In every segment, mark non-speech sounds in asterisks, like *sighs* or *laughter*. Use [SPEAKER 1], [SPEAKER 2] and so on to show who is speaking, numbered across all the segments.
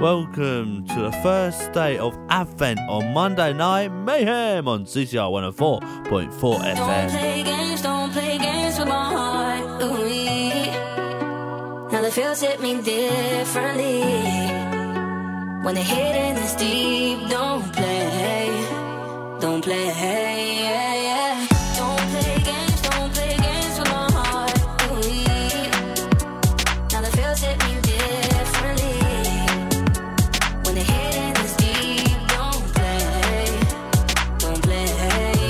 [SPEAKER 1] Welcome to the first day of Advent on Monday Night Mayhem on CCR 104.4
[SPEAKER 2] Don't
[SPEAKER 1] FM.
[SPEAKER 2] play games, don't play games with my heart. Ooh, wee. now the feels hit me differently. When the hidden is deep, don't play, don't play. yeah, yeah. Don't play games, don't play games with my heart. Ooh, wee. now the feels hit me differently. When the hidden is deep, don't play, don't play.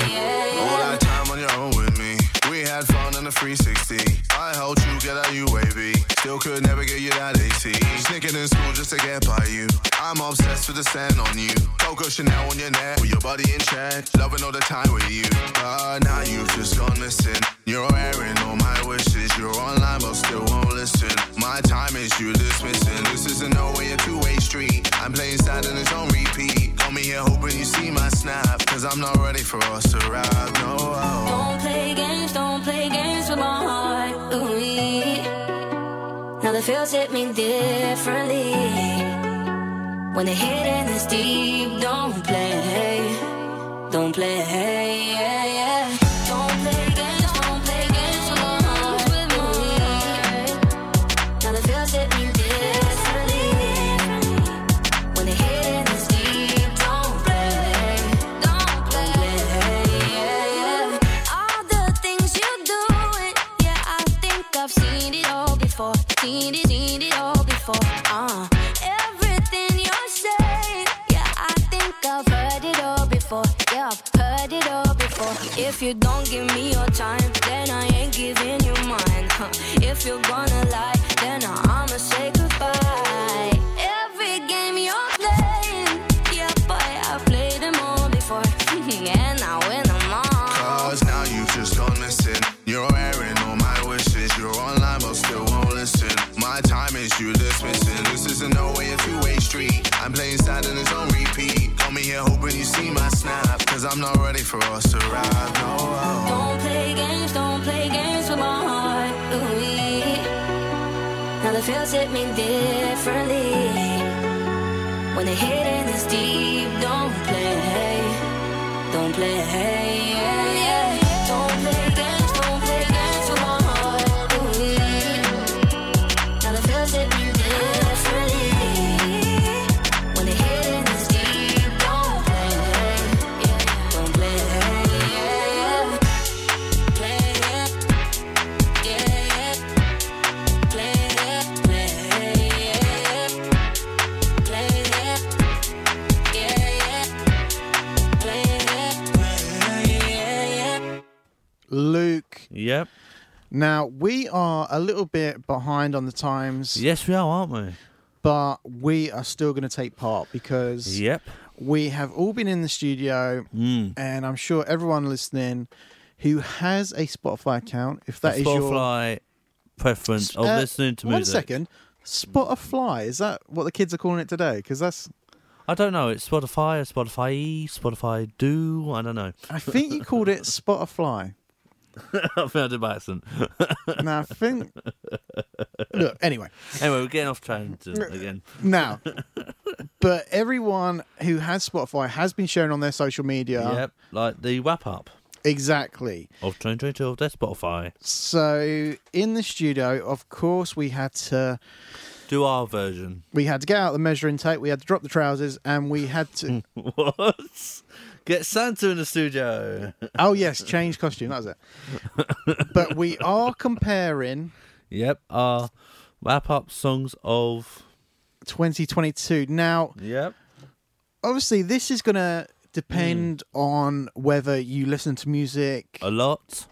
[SPEAKER 2] yeah, yeah.
[SPEAKER 3] All that time on your own with me. We had fun in the 360. I helped you get out UAV. Still could never get you that AC. Snicking in school just to get by you. I'm obsessed with the scent on you. Coco Chanel on your neck, with your body in check. Loving all the time with you. But now you've just gone missing. You're airing all my wishes. You're online but still won't listen. My time is you dismissing. This is a no way a two-way street. I'm playing sad and it's on repeat. Call me here hoping you see my snap. Cause I'm not ready for us to ride. No. oh.
[SPEAKER 2] Don't play games, don't play games with my heart. Ooh, wee. now the feels hit me differently. When the hidden is deep, don't play, don't play. Yeah, yeah. Don't play games, don't play games with my heart. Ooh, wee. now the feels hit me differently. When the hidden is deep, don't play, don't play. Yeah, yeah. All the things you doing, yeah, I think I've seen it all before. Seen it, seen it all before. Uh, everything you're saying, yeah, I think I've heard it all before. Yeah, I've heard it all before. If you don't give me your time, then I ain't giving you mine. Huh. If you're gonna lie, then I'ma say goodbye. Every game you're playing, yeah, boy, I've played them all before. *laughs* and I win them all.
[SPEAKER 3] Cause now you've just gone missing. You're airing all my wishes. You're online, but still won't listen. My time is you dismissing. This is a no way a two-way street. I'm playing sad and it's on repeat. Call me here hoping you see my snap. Cause I'm not ready for us to ride. No.
[SPEAKER 2] Don't play games, don't play games with my heart. Ooh, wee. now the feels hit me differently. When the hidden is deep, don't play, don't play. Yeah, yeah. Don't play games, don't play games with my heart. Ooh, wee. now the feels hit me differently. When the hidden is deep, don't play, yeah, don't play. Yeah, yeah. Play it, yeah. Play it, play it. Play it, yeah. Play it, play it.
[SPEAKER 4] Luke.
[SPEAKER 1] Yep.
[SPEAKER 4] Now, we are a little bit behind on the times,
[SPEAKER 1] Yes, we are, aren't we?
[SPEAKER 4] but we are still going to take part because
[SPEAKER 1] Yep.
[SPEAKER 4] we have all been in the studio,
[SPEAKER 1] Mm.
[SPEAKER 4] and I'm sure everyone listening who has a Spotify account, if that is your.
[SPEAKER 1] Spotify preference of
[SPEAKER 4] Uh,
[SPEAKER 1] listening to
[SPEAKER 4] One
[SPEAKER 1] music.
[SPEAKER 4] second. Spotify, is that what the kids are calling it today? Because that's.
[SPEAKER 1] I don't know. It's Spotify, or Spotify E, Spotify Do. I don't know. *laughs*
[SPEAKER 4] I think you called it Spotify.
[SPEAKER 1] I found it by accident.
[SPEAKER 4] Now,
[SPEAKER 1] *laughs*
[SPEAKER 4] I think. Look, anyway.
[SPEAKER 1] Anyway, we're getting off tangent
[SPEAKER 4] *laughs*
[SPEAKER 1] again.
[SPEAKER 4] Now, but everyone who has Spotify has been sharing on their social media.
[SPEAKER 1] Yep. Like the wrap up
[SPEAKER 4] Exactly.
[SPEAKER 1] of 2022 of their Spotify.
[SPEAKER 4] So in the studio, of course, we had to
[SPEAKER 1] Do our version. *laughs*
[SPEAKER 4] we had to get out the measuring tape, we had to drop the trousers, and we had
[SPEAKER 1] *laughs*
[SPEAKER 4] to
[SPEAKER 1] What? Get Santa in the studio.
[SPEAKER 4] oh yes, change costume. That was it. but we are comparing
[SPEAKER 1] Yep. Our wrap up songs of.
[SPEAKER 4] 2022. Now,
[SPEAKER 1] Yep.
[SPEAKER 4] obviously, this is gonna depend on whether you listen to music.
[SPEAKER 1] Mm. A lot.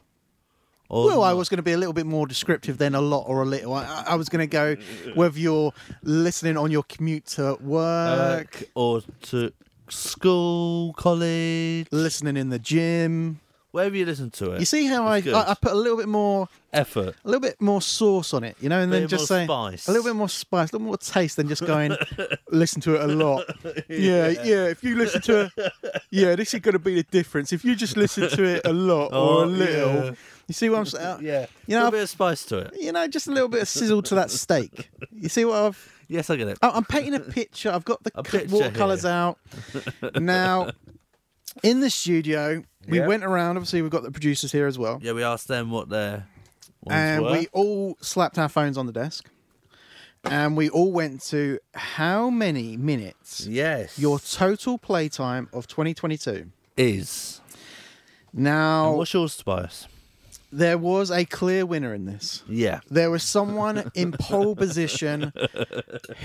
[SPEAKER 1] Or
[SPEAKER 4] Well, I
[SPEAKER 1] not.
[SPEAKER 4] was going to be a little bit more descriptive than a lot or a little. I, I- I was going to go whether you're listening on your commute to work,
[SPEAKER 1] work or to school, college,
[SPEAKER 4] listening in the gym.
[SPEAKER 1] wherever you listen to it.
[SPEAKER 4] You see how I,
[SPEAKER 1] It's good.
[SPEAKER 4] I I put a little bit more
[SPEAKER 1] effort.
[SPEAKER 4] a little bit more sauce on it, you know, and then
[SPEAKER 1] Bit
[SPEAKER 4] just
[SPEAKER 1] more
[SPEAKER 4] saying
[SPEAKER 1] spice.
[SPEAKER 4] a little bit more spice, a little more taste than
[SPEAKER 1] *laughs*
[SPEAKER 4] just going listen to it a lot. *laughs* Yeah, yeah. If you listen to it, yeah, this is going to be the difference. If you just listen to it a lot or
[SPEAKER 1] Oh,
[SPEAKER 4] a little,
[SPEAKER 1] yeah.
[SPEAKER 4] you see what I'm
[SPEAKER 1] *laughs*
[SPEAKER 4] saying?
[SPEAKER 1] *laughs* Yeah,
[SPEAKER 4] You
[SPEAKER 1] you know,
[SPEAKER 4] know,
[SPEAKER 1] a bit of spice to it.
[SPEAKER 4] You know, just a little bit of sizzle to that steak. You see what I've?
[SPEAKER 1] Yes, I get it.
[SPEAKER 4] Oh,
[SPEAKER 1] *laughs*
[SPEAKER 4] I'm painting a picture. I've got the
[SPEAKER 1] A
[SPEAKER 4] co-
[SPEAKER 1] picture
[SPEAKER 4] watercolors
[SPEAKER 1] here.
[SPEAKER 4] out. Now, in the studio, we
[SPEAKER 1] Yeah.
[SPEAKER 4] went around. Obviously, we've got the producers here as well.
[SPEAKER 1] Yeah, we asked them what their ones
[SPEAKER 4] and
[SPEAKER 1] were.
[SPEAKER 4] we all slapped our phones on the desk. And we all went to how many minutes
[SPEAKER 1] yes,
[SPEAKER 4] your total playtime of 2022?
[SPEAKER 1] is.
[SPEAKER 4] Now, Oh.
[SPEAKER 1] And what's yours, Tobias?
[SPEAKER 4] there was a clear winner in this.
[SPEAKER 1] Yeah,
[SPEAKER 4] There was someone
[SPEAKER 1] *laughs*
[SPEAKER 4] in pole position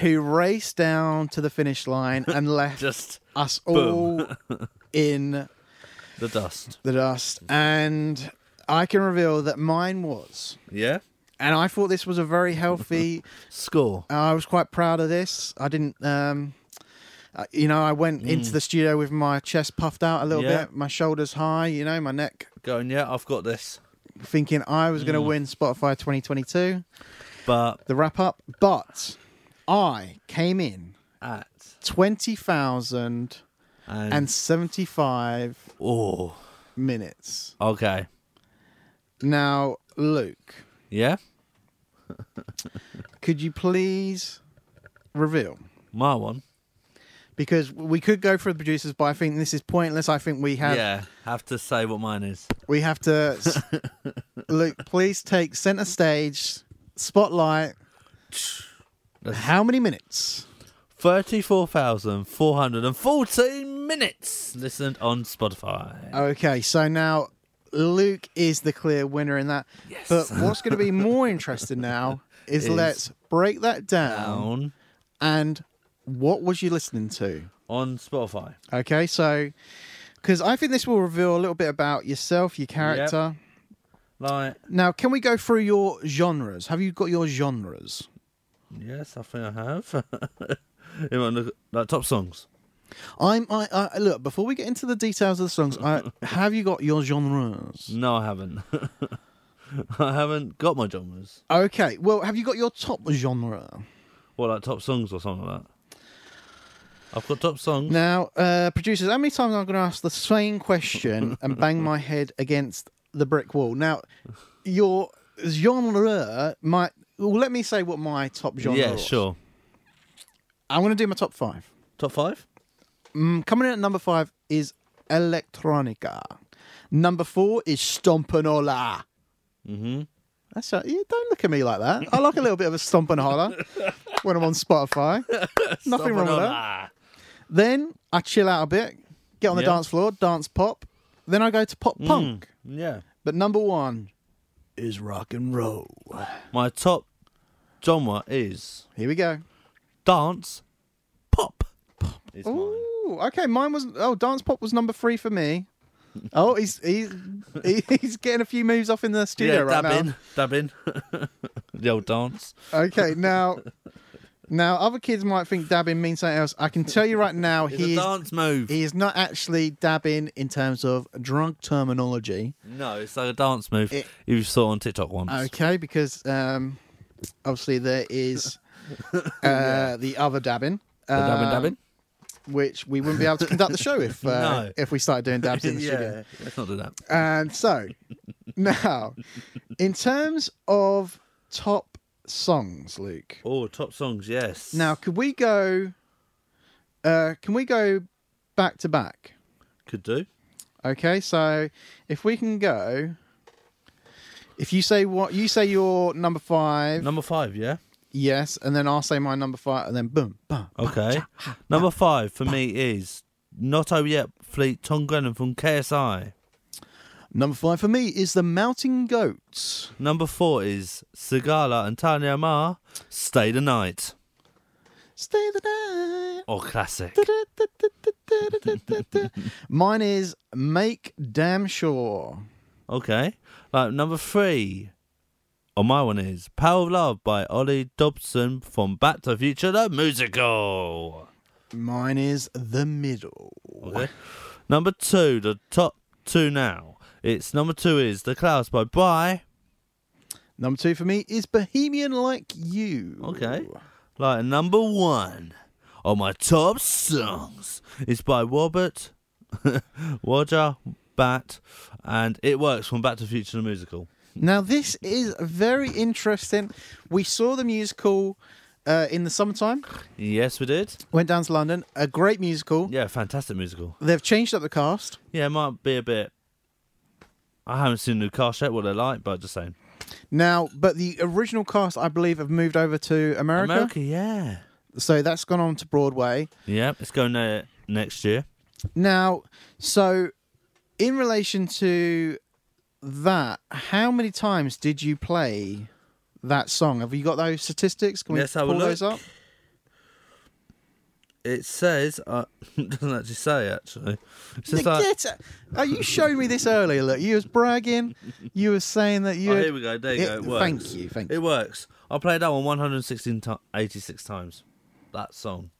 [SPEAKER 4] who raced down to the finish line and left
[SPEAKER 1] just
[SPEAKER 4] us
[SPEAKER 1] boom.
[SPEAKER 4] all in
[SPEAKER 1] the dust.
[SPEAKER 4] the dust. And I can reveal that mine was.
[SPEAKER 1] Yeah,
[SPEAKER 4] And I thought this was a very
[SPEAKER 1] *laughs*
[SPEAKER 4] healthy.
[SPEAKER 1] score.
[SPEAKER 4] I was quite proud of this. I didn't, um, uh, you know, I went into the studio with my chest puffed out a little
[SPEAKER 1] Mm. Yeah.
[SPEAKER 4] bit, my shoulders high, you know, my neck,
[SPEAKER 1] Going, yeah, I've got this.
[SPEAKER 4] thinking I was going
[SPEAKER 1] Mm.
[SPEAKER 4] to win Spotify 2022,
[SPEAKER 1] But
[SPEAKER 4] the wrap up. But I came in
[SPEAKER 1] at
[SPEAKER 4] twenty thousand
[SPEAKER 1] and,
[SPEAKER 4] and seventy-five
[SPEAKER 1] oh,
[SPEAKER 4] minutes.
[SPEAKER 1] okay,
[SPEAKER 4] Now, Luke,
[SPEAKER 1] yeah.
[SPEAKER 4] could you please reveal?
[SPEAKER 1] My one.
[SPEAKER 4] Because we could go for the producers, but I think this is pointless. I think we have
[SPEAKER 1] yeah, have to say what mine is.
[SPEAKER 4] we have to. s- Luke, please take center stage, spotlight.
[SPEAKER 1] That's-
[SPEAKER 4] How many minutes?
[SPEAKER 1] Thirty-four thousand four hundred and fourteen minutes listened on Spotify.
[SPEAKER 4] Okay, so now Luke is the clear winner in that. But what's going to be more interesting now is,
[SPEAKER 1] Is-
[SPEAKER 4] let's break that down
[SPEAKER 1] Down
[SPEAKER 4] and what was you listening to?
[SPEAKER 1] on Spotify.
[SPEAKER 4] Okay, so because I think this will reveal a little bit about yourself, your character.
[SPEAKER 1] Like,
[SPEAKER 4] Now, can we go through your genres? Have you got your genres?
[SPEAKER 1] yes, I think I have. *laughs* You wanna look at- like top songs.
[SPEAKER 4] I'm I, I look before we get into the details of the
[SPEAKER 1] *laughs*
[SPEAKER 4] songs. I have you got your genres?
[SPEAKER 1] No, I haven't. *laughs* I haven't got my genres.
[SPEAKER 4] Okay, well, have you got your top genre?
[SPEAKER 1] What, like top songs or something like that? I've got top songs.
[SPEAKER 4] Now, uh, producers, how many times am I going to ask the same question and bang
[SPEAKER 1] *laughs*
[SPEAKER 4] my head against the brick wall? Now, your genre might. Well, let me say what my top genre.
[SPEAKER 1] yeah,
[SPEAKER 4] was.
[SPEAKER 1] sure.
[SPEAKER 4] I'm going to do my top five.
[SPEAKER 1] Top five?
[SPEAKER 4] Mm, coming in at number five is electronica. Number four is stompanola.
[SPEAKER 1] Mm-hmm.
[SPEAKER 4] That's right. You don't look at me like that. I like a little bit of a stomp and holler when I'm on
[SPEAKER 1] *laughs*
[SPEAKER 4] Spotify. Nothing wrong with that. Then I chill out a bit, get on the
[SPEAKER 1] Yeah. Mm.
[SPEAKER 4] dance floor, dance pop. Then I go to pop punk.
[SPEAKER 1] Yeah.
[SPEAKER 4] But number one is rock and roll.
[SPEAKER 1] My top genre is
[SPEAKER 4] Here we go.
[SPEAKER 1] dance pop. It's mine.
[SPEAKER 4] Ooh, okay. Mine was oh, dance pop was number three for
[SPEAKER 1] *laughs*
[SPEAKER 4] me. Oh, he's he's he- he's getting a few moves off in the studio
[SPEAKER 1] Yeah,
[SPEAKER 4] right
[SPEAKER 1] dabbing,
[SPEAKER 4] now.
[SPEAKER 1] dabbing. *laughs* the old dance. *laughs*
[SPEAKER 4] Okay, now now other kids might think dabbing means something else. I can tell you right now,
[SPEAKER 1] It's
[SPEAKER 4] he
[SPEAKER 1] a
[SPEAKER 4] is
[SPEAKER 1] dance move.
[SPEAKER 4] He is not actually dabbing in terms of drunk terminology,
[SPEAKER 1] No, it's like a dance move
[SPEAKER 4] It-
[SPEAKER 1] you saw on TikTok once.
[SPEAKER 4] okay? Because um, obviously there
[SPEAKER 1] *laughs*
[SPEAKER 4] is uh, the other dabbing,
[SPEAKER 1] The dabbing,
[SPEAKER 4] um,
[SPEAKER 1] dabbing.
[SPEAKER 4] which we wouldn't be able to conduct the
[SPEAKER 1] *laughs*
[SPEAKER 4] show if uh,
[SPEAKER 1] No.
[SPEAKER 4] if we started doing
[SPEAKER 1] *laughs*
[SPEAKER 4] dabs in the studio.
[SPEAKER 1] Let's not do that.
[SPEAKER 4] And so now, in terms of top songs, Luke.
[SPEAKER 1] Oh, top songs, yes.
[SPEAKER 4] Now, could we go? Uh, can we go back to back?
[SPEAKER 1] could do.
[SPEAKER 4] Okay, so if we can go, if you say what you say your number five,
[SPEAKER 1] Number five, yeah.
[SPEAKER 4] yes, and then I'll say my number five, and then boom, boom.
[SPEAKER 1] Okay. Number five for me is not over yet. Fleet Tom Grennan from KSI.
[SPEAKER 4] Number five for me is the Mountain Goats.
[SPEAKER 1] Number four is Sigala and Tanya Ma. Stay the night.
[SPEAKER 4] Stay the night.
[SPEAKER 1] Or classic.
[SPEAKER 4] Da-da-da-da-da-da-da-da. Mine is make damn sure.
[SPEAKER 1] Okay. Like number three. Or my one is Power of Love by Ollie Dobson from Back to the Future the musical.
[SPEAKER 4] Mine is the middle.
[SPEAKER 1] Okay. Number two, the top two now. It's number two is The Clouds by Bye.
[SPEAKER 4] Number two for me is Bohemian Like You.
[SPEAKER 1] Okay. Like number one on my top songs is by Robert *laughs* Roger Bat and It Works from Back to the Future the Musical.
[SPEAKER 4] Now this is very interesting. We saw the musical uh, in the summertime.
[SPEAKER 1] Yes, we did.
[SPEAKER 4] Went down to London. A great musical.
[SPEAKER 1] Yeah, fantastic musical.
[SPEAKER 4] They've changed up the cast.
[SPEAKER 1] Yeah, it might be a bit. I haven't seen the new cast yet, what they're like, but just saying.
[SPEAKER 4] Now, but the original cast, I believe, have moved over to America.
[SPEAKER 1] America, yeah.
[SPEAKER 4] So that's gone on to Broadway.
[SPEAKER 1] Yeah, it's going there next year.
[SPEAKER 4] Now, so in relation to that, how many times did you play that song? Have you got those statistics? Can we
[SPEAKER 1] Let's have a
[SPEAKER 4] pull those
[SPEAKER 1] look.
[SPEAKER 4] up?
[SPEAKER 1] It says, uh, *laughs* it doesn't actually say actually. It says like,
[SPEAKER 4] Get it. Oh, you showed me this earlier. Look, you was bragging. You were saying that you.
[SPEAKER 1] oh, here we go, there you
[SPEAKER 4] It-
[SPEAKER 1] go, it works.
[SPEAKER 4] Thank you, thank
[SPEAKER 1] It
[SPEAKER 4] you.
[SPEAKER 1] works. I played that one 116 ti 86 times. That song.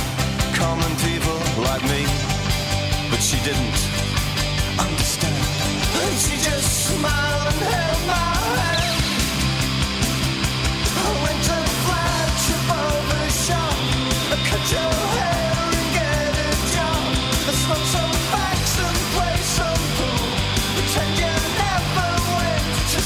[SPEAKER 5] common people like me. But she didn't understand. And she just smiled and held my hand. I went and flashed above the shop. I cut your hair and get a job. I smoked some packs and played some pool. Pretend you never went to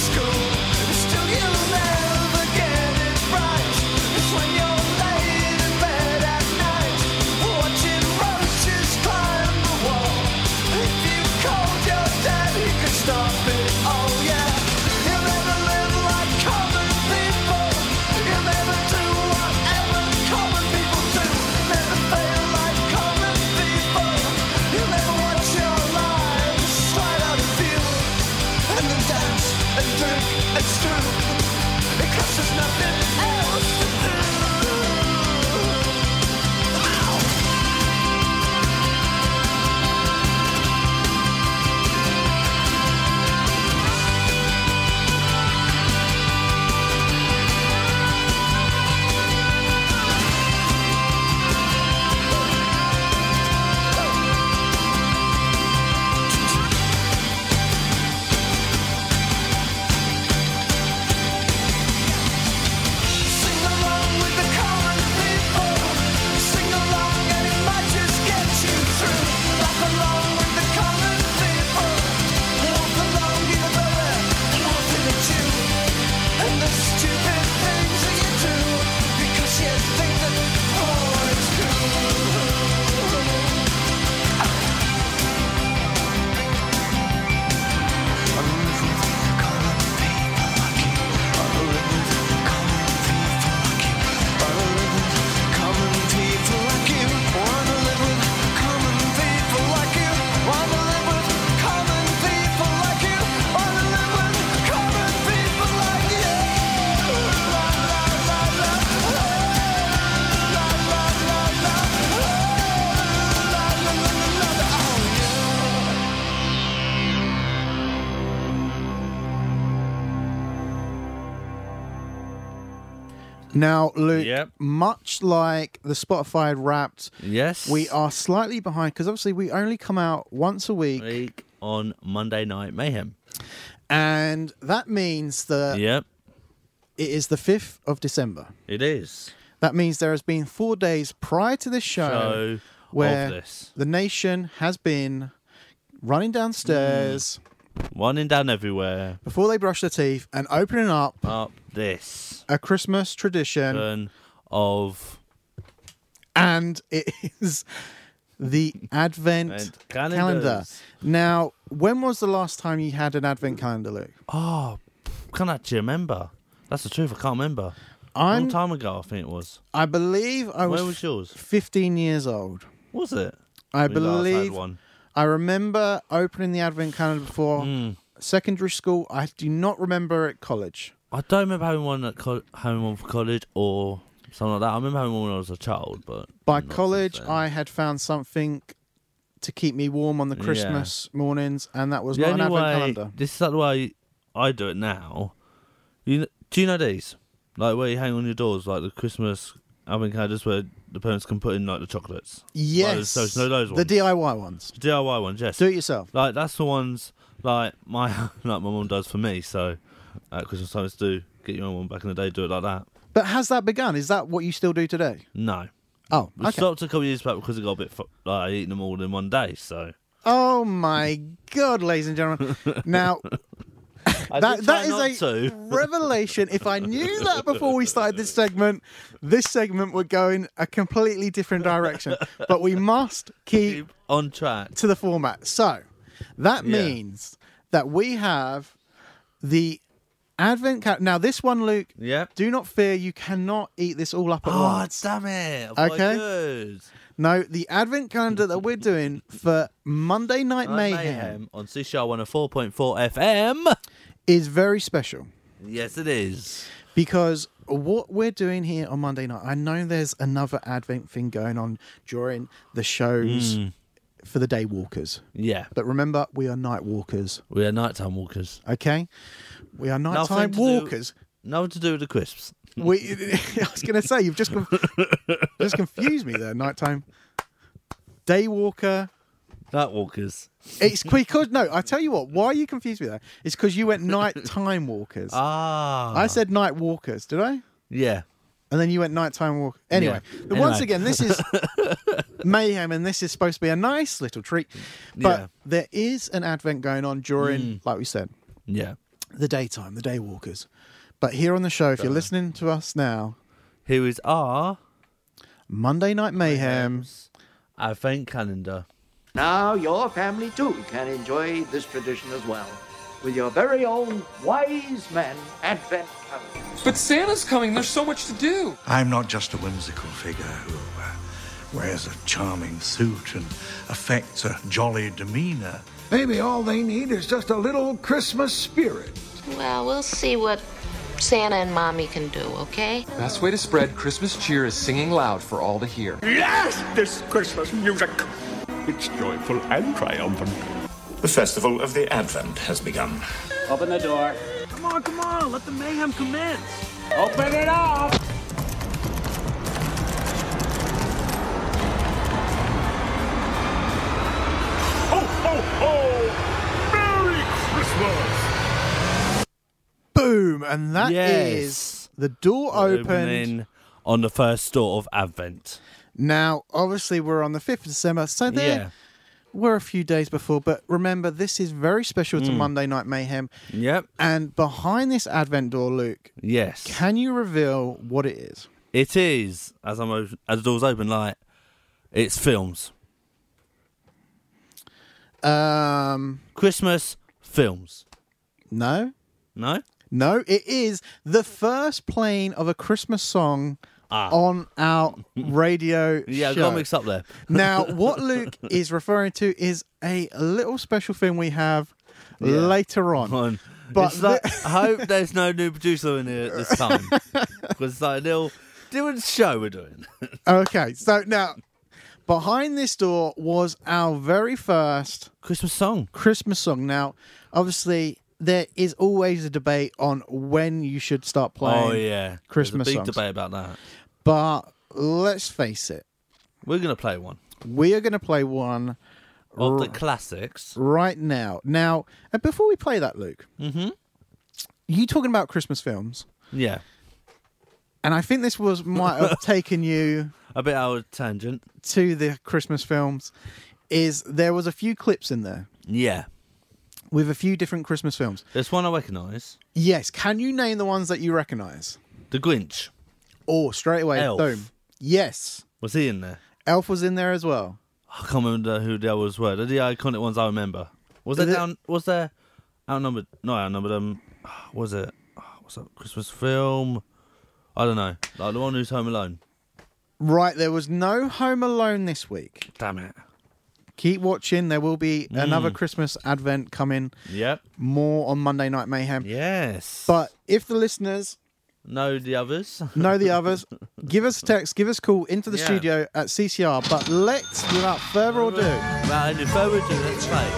[SPEAKER 4] Now, Luke,
[SPEAKER 1] Yep.
[SPEAKER 4] much like the Spotify Wrapped,
[SPEAKER 1] Yes.
[SPEAKER 4] we are slightly behind because obviously we only come out once a week,
[SPEAKER 1] Week on Monday Night Mayhem.
[SPEAKER 4] and that means that
[SPEAKER 1] Yep.
[SPEAKER 4] it is the fifth of December.
[SPEAKER 1] It is.
[SPEAKER 4] That means there has been four days prior to this show
[SPEAKER 1] Show
[SPEAKER 4] where
[SPEAKER 1] of Um, this.
[SPEAKER 4] the nation has been running downstairs
[SPEAKER 1] Mm. Running down everywhere.
[SPEAKER 4] before they brush their teeth and opening up
[SPEAKER 1] Up this.
[SPEAKER 4] a Christmas tradition,
[SPEAKER 1] Turn of
[SPEAKER 4] and it is the Advent
[SPEAKER 1] And
[SPEAKER 4] calendar.
[SPEAKER 1] calendars.
[SPEAKER 4] Now, when was the last time you had an Advent calendar, Luke?
[SPEAKER 1] Oh can't actually remember. That's the truth, I can't remember. A
[SPEAKER 4] I'm,
[SPEAKER 1] Long time ago I think it was.
[SPEAKER 4] I believe I was,
[SPEAKER 1] When was yours?
[SPEAKER 4] 15 years old.
[SPEAKER 1] Was it?
[SPEAKER 4] I
[SPEAKER 1] When we last had
[SPEAKER 4] believe
[SPEAKER 1] one.
[SPEAKER 4] I remember opening the advent calendar before
[SPEAKER 1] Hmm.
[SPEAKER 4] secondary school. I do not remember at college.
[SPEAKER 1] I don't remember having one at co- having one for college or something like that. I remember having one when I was a child, but
[SPEAKER 4] By
[SPEAKER 1] not since
[SPEAKER 4] college,
[SPEAKER 1] then.
[SPEAKER 4] I had found something to keep me warm on the Christmas mornings, and that was
[SPEAKER 1] the
[SPEAKER 4] not an
[SPEAKER 1] only
[SPEAKER 4] advent
[SPEAKER 1] way
[SPEAKER 4] calendar.
[SPEAKER 1] this is like the way I do it now. You kn- do you know these like where you hang on your doors like the Christmas advent calendars where the parents can put in like the chocolates.
[SPEAKER 4] Yes,
[SPEAKER 1] Like, so, so those
[SPEAKER 4] the
[SPEAKER 1] ones.
[SPEAKER 4] DIY ones.
[SPEAKER 1] DIY ones, yes.
[SPEAKER 4] Do it yourself.
[SPEAKER 1] Like that's the ones like my *laughs* like my mum does for me. So at Christmas time, it's do get your own one back in the day. Do it like that.
[SPEAKER 4] But has that begun? Is that what you still do today?
[SPEAKER 1] No,
[SPEAKER 4] Oh,
[SPEAKER 1] we
[SPEAKER 4] okay.
[SPEAKER 1] stopped a couple of years back because it got a bit fu- like eating them all in one day. So
[SPEAKER 4] Oh my God, ladies
[SPEAKER 1] *laughs*
[SPEAKER 4] and gentlemen! Now
[SPEAKER 1] I
[SPEAKER 4] that
[SPEAKER 1] did
[SPEAKER 4] that
[SPEAKER 1] try
[SPEAKER 4] is
[SPEAKER 1] not
[SPEAKER 4] a
[SPEAKER 1] to. *laughs*
[SPEAKER 4] revelation. If I knew that before we started this segment, this segment would go in a completely different direction. But we must keep
[SPEAKER 1] Keep on track.
[SPEAKER 4] to the format. So that
[SPEAKER 1] Yeah.
[SPEAKER 4] means that we have the advent calendar. Now this one, Luke.
[SPEAKER 1] Yep.
[SPEAKER 4] Do not fear. You cannot eat this all up at
[SPEAKER 1] Oh
[SPEAKER 4] once.
[SPEAKER 1] damn it! I thought I
[SPEAKER 4] Okay.
[SPEAKER 1] could.
[SPEAKER 4] No, the advent calendar that we're doing for Monday Night
[SPEAKER 1] Night
[SPEAKER 4] Mayhem,
[SPEAKER 1] Mayhem on oh CCR 104.4 FM.
[SPEAKER 4] is very special.
[SPEAKER 1] Yes, it is.
[SPEAKER 4] Because what we're doing here on Monday night, I know there's another Advent thing going on during the shows
[SPEAKER 1] Hmm.
[SPEAKER 4] for the day walkers.
[SPEAKER 1] Yeah,
[SPEAKER 4] But remember, we are night walkers,
[SPEAKER 1] we are nighttime walkers.
[SPEAKER 4] okay? We are nighttime
[SPEAKER 1] Nothing to do-
[SPEAKER 4] walkers.
[SPEAKER 1] Nothing to do with the crisps.
[SPEAKER 4] We, *laughs* I was going to say, you've
[SPEAKER 1] *laughs*
[SPEAKER 4] just, conf- just confused me there, nighttime. Day walker.
[SPEAKER 1] Night walkers.
[SPEAKER 4] It's because, no, I tell you what, why you confused me there? It's because you went nighttime walkers.
[SPEAKER 1] Ah.
[SPEAKER 4] I said night walkers, did I?
[SPEAKER 1] yeah.
[SPEAKER 4] And then you went nighttime walk. Anyway,
[SPEAKER 1] Yeah.
[SPEAKER 4] but once
[SPEAKER 1] Anyway.
[SPEAKER 4] again,
[SPEAKER 1] *laughs*
[SPEAKER 4] this is mayhem, and this is supposed to be a nice little treat. But
[SPEAKER 1] Yeah. Mm.
[SPEAKER 4] there is an advent going on during, like we said,
[SPEAKER 1] Yeah.
[SPEAKER 4] the daytime, the day walkers. But here on the show, if you're listening to us now,
[SPEAKER 1] Here is our
[SPEAKER 4] Monday Night Mayhem.
[SPEAKER 1] advent calendar.
[SPEAKER 6] Now your family too can enjoy this tradition as well with your very own Wise Men Advent Calendar.
[SPEAKER 7] But Santa's coming. There's so much to do.
[SPEAKER 8] I'm not just a whimsical figure who uh, wears a charming suit and affects a jolly demeanor.
[SPEAKER 9] Maybe all they need is just a little Christmas spirit.
[SPEAKER 10] Well, we'll see what Santa and Mommy can do, okay?
[SPEAKER 7] Best way to spread Christmas cheer is singing loud for all to hear.
[SPEAKER 9] Yes, this Christmas music. It's joyful and triumphant.
[SPEAKER 11] The festival of the Advent has begun.
[SPEAKER 6] Open the door.
[SPEAKER 11] Come on, come on, let the mayhem commence.
[SPEAKER 6] Open it up.
[SPEAKER 11] Ho, ho, ho! Merry Christmas!
[SPEAKER 4] Boom! And that is
[SPEAKER 1] Yes.
[SPEAKER 4] the door opened.
[SPEAKER 1] Opening on the first store of Advent.
[SPEAKER 4] Now, obviously, we're on the 5th of December, so there
[SPEAKER 1] Yeah.
[SPEAKER 4] were a few days before. But remember, this is very special
[SPEAKER 1] Mm.
[SPEAKER 4] to Monday Night Mayhem.
[SPEAKER 1] Yep.
[SPEAKER 4] And behind this advent door, Luke,
[SPEAKER 1] Yes.
[SPEAKER 4] Can you reveal what it is?
[SPEAKER 1] It is as I'm o- as the doors open. Like it's films,
[SPEAKER 4] Um,
[SPEAKER 1] Christmas films.
[SPEAKER 4] no,
[SPEAKER 1] No.
[SPEAKER 4] no, it is the first playing of a Christmas song on our radio
[SPEAKER 1] Ah. *laughs* Yeah, I
[SPEAKER 4] show.
[SPEAKER 1] got mixed up there.
[SPEAKER 4] *laughs* now, what Luke is referring to is a little special thing we have later on.
[SPEAKER 1] on.
[SPEAKER 4] But
[SPEAKER 1] It's like, I hope there's no new producer in here at this
[SPEAKER 4] *laughs*
[SPEAKER 1] time because it's like a little different show we're doing.
[SPEAKER 4] Okay, so now behind this door was our very first
[SPEAKER 1] Christmas song.
[SPEAKER 4] Christmas song. Now, obviously, there is always a debate on when you should start
[SPEAKER 1] oh
[SPEAKER 4] playing.
[SPEAKER 1] yeah,
[SPEAKER 4] Christmas
[SPEAKER 1] There's a big
[SPEAKER 4] songs.
[SPEAKER 1] debate about that.
[SPEAKER 4] But let's face it,
[SPEAKER 1] We're gonna play one
[SPEAKER 4] we are going to play one
[SPEAKER 1] of the
[SPEAKER 4] r-
[SPEAKER 1] classics.
[SPEAKER 4] right now. Now, and before we play that, Luke,
[SPEAKER 1] Mhm.
[SPEAKER 4] you talking about Christmas films,
[SPEAKER 1] Yeah,
[SPEAKER 4] and I think this was might have taken you
[SPEAKER 1] a bit out of tangent.
[SPEAKER 4] to the Christmas films. Is there was a few clips in there
[SPEAKER 1] Yeah,
[SPEAKER 4] with a few different Christmas films.
[SPEAKER 1] there's one I recognise.
[SPEAKER 4] Yes, can you name the ones that you recognise?
[SPEAKER 1] The Grinch
[SPEAKER 4] Oh, straight away,
[SPEAKER 1] Elf.
[SPEAKER 4] boom. Yes,
[SPEAKER 1] was he in there?
[SPEAKER 4] Elf was in there as well.
[SPEAKER 1] I can't remember who the others were. They're the iconic ones I remember. Was
[SPEAKER 4] Is
[SPEAKER 1] there
[SPEAKER 4] it-
[SPEAKER 1] down? Was there outnumbered? Not outnumbered. Um, was it? *sighs* What's that Christmas film? I don't know. Like the one who's home alone.
[SPEAKER 4] Right, there was no Home Alone this week.
[SPEAKER 1] Damn it.
[SPEAKER 4] Keep watching. There will be
[SPEAKER 1] Mm.
[SPEAKER 4] another Christmas advent coming.
[SPEAKER 1] Yep.
[SPEAKER 4] More on Monday Night Mayhem.
[SPEAKER 1] Yes.
[SPEAKER 4] But if the listeners
[SPEAKER 1] no, the others.
[SPEAKER 4] know the
[SPEAKER 1] *laughs*
[SPEAKER 4] others, give us a text, give us a call into the
[SPEAKER 1] Yeah.
[SPEAKER 4] studio at CCR. But let's, without further ado,
[SPEAKER 1] Well, any further ado, let's play.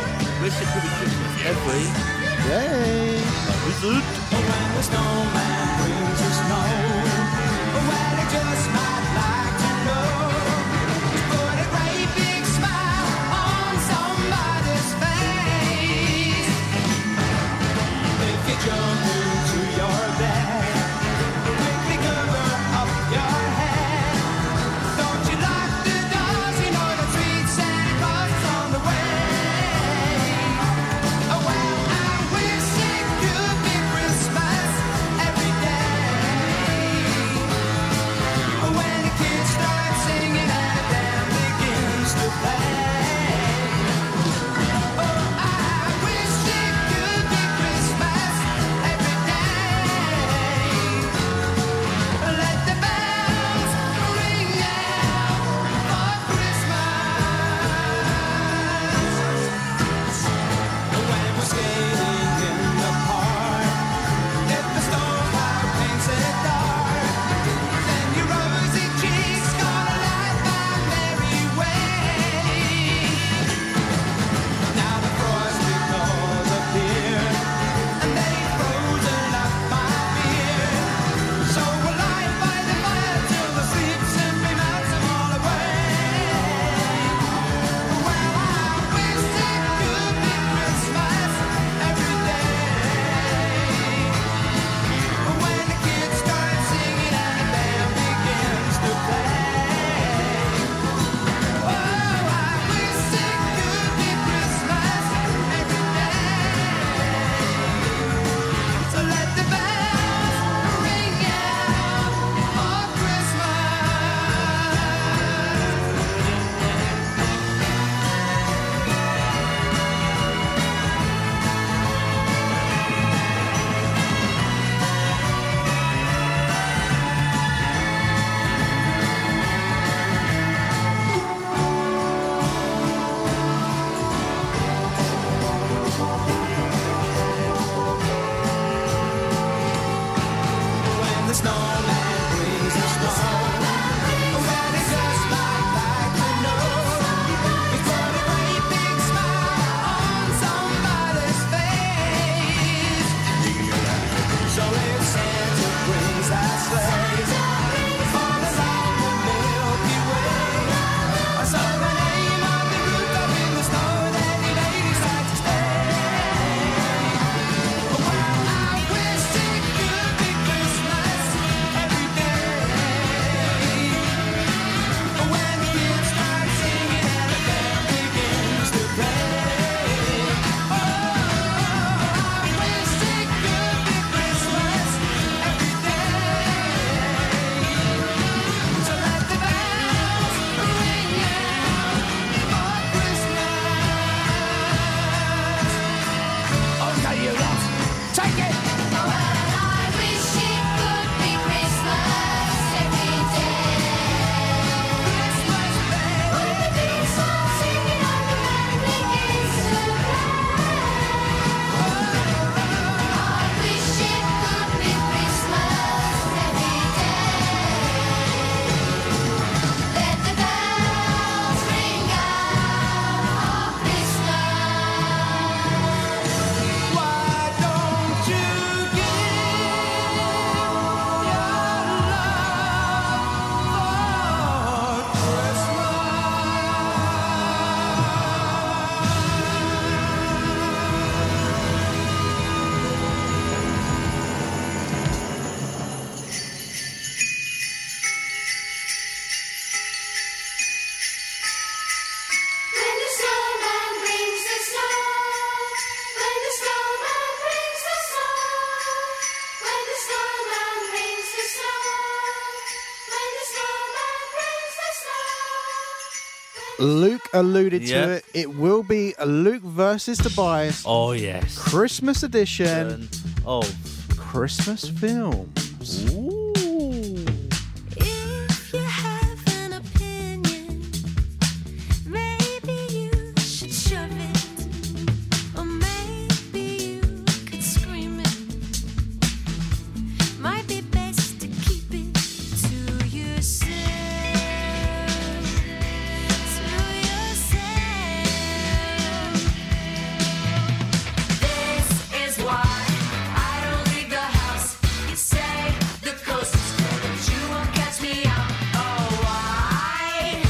[SPEAKER 1] Wish it could be Christmas every
[SPEAKER 4] yay!
[SPEAKER 1] wizard.
[SPEAKER 12] Oh, well, I wish it could be Christmas every day. Oh,
[SPEAKER 4] Luke alluded
[SPEAKER 1] Yep.
[SPEAKER 4] to it. It will be a Luke versus Tobias
[SPEAKER 1] Oh yes.
[SPEAKER 4] Christmas edition
[SPEAKER 1] Oh,
[SPEAKER 4] Christmas films.
[SPEAKER 2] Why I don't leave the house. You say the coast is clear, but you won't catch me out. Oh, why?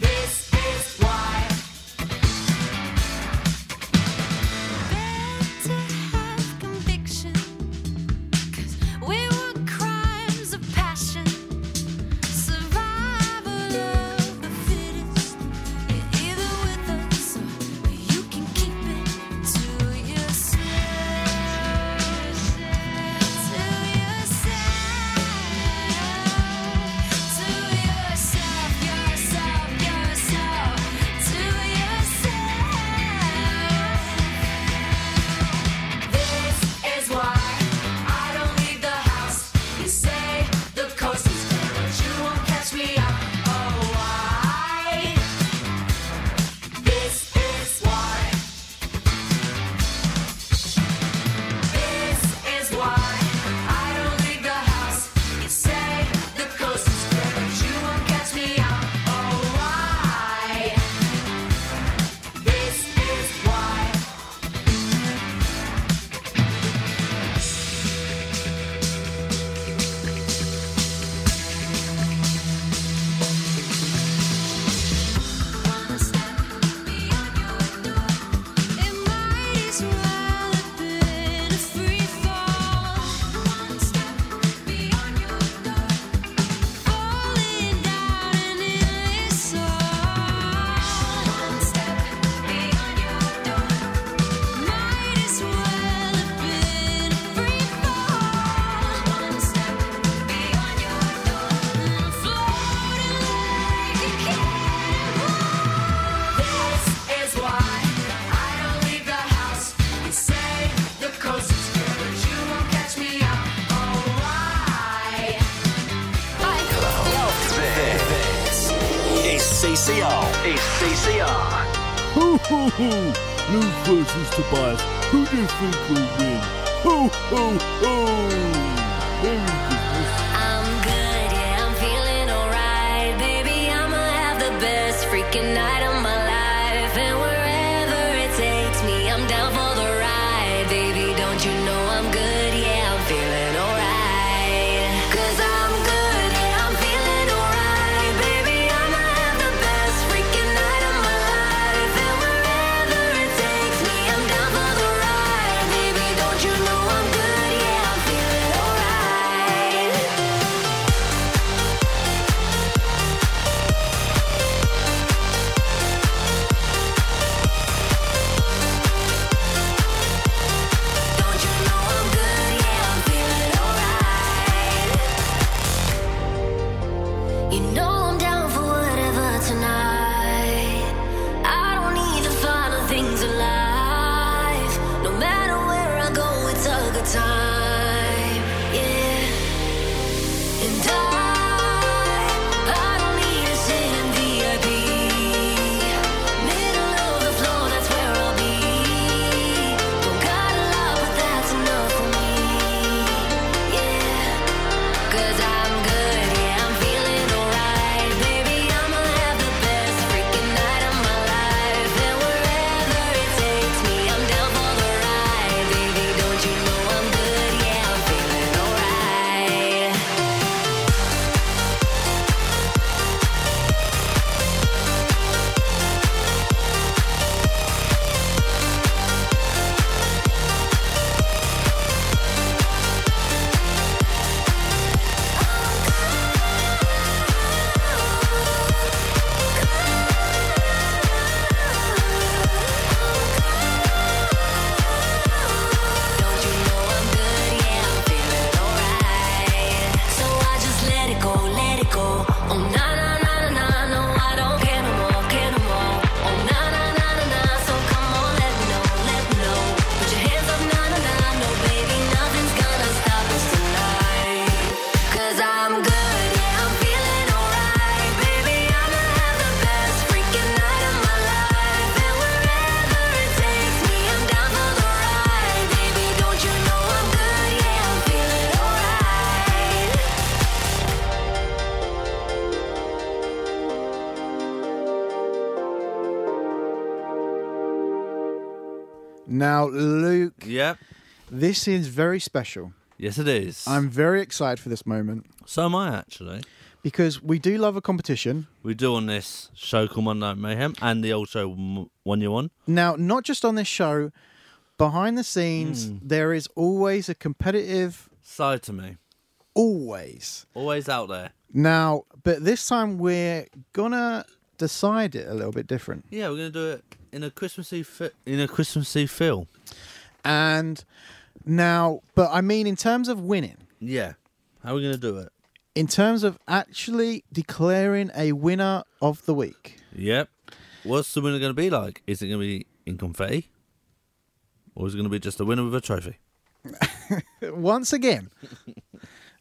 [SPEAKER 2] This is why. This is why I don't leave the house. You say the coast is clear, but you won't catch me out. Oh, why? This is why. This is why I don't leave the house. You say the coast is clear, but you won't catch me out. Oh, why? This is why. This is why I don't leave the house. You say the coast is clear, but you won't catch me out. Oh, why?
[SPEAKER 5] This is CCR. Is CCR.
[SPEAKER 12] Ho ho ho! Luke versus Tobias. Who do you think will win? Ho ho ho! Merry
[SPEAKER 2] I'm good, yeah, I'm feeling alright. Baby, I'ma have the best freaking night of my life. And wherever it takes me, I'm down for the ride. Baby, don't you know I'm good, yeah, I'm feeling alright. Cause I'm good, yeah, I'm feeling alright. Baby, I'ma have the best freaking night of my life. And wherever it takes me, I'm down for the ride. Baby, don't you know I'm good, yeah, I'm feeling alright. Oh, Oh,
[SPEAKER 4] Now, Luke.
[SPEAKER 1] Yep.
[SPEAKER 4] This is very special.
[SPEAKER 1] Yes, it is.
[SPEAKER 4] I'm very excited for this moment
[SPEAKER 1] So am I, actually.
[SPEAKER 4] because we do love a competition.
[SPEAKER 1] We do on this show called Monday Night Mayhem and the old show M- One You On.
[SPEAKER 4] Now, not just on this show, behind the scenes, there is always a competitive,
[SPEAKER 1] Side to me.
[SPEAKER 4] always.
[SPEAKER 1] Always out there.
[SPEAKER 4] Now, but this time we're gonna decide it a little bit different.
[SPEAKER 1] Yeah, we're going to do it in a Christmassy fi- in a Christmassy feel.
[SPEAKER 4] And now, but I mean, in terms of winning,
[SPEAKER 1] Yeah. How are we going to do it?
[SPEAKER 4] in terms of actually declaring a winner of the week,
[SPEAKER 1] Yep. What's the winner going to be like? Is it going to be in confetti? Or is it going to be just a winner with a trophy?
[SPEAKER 4] once again,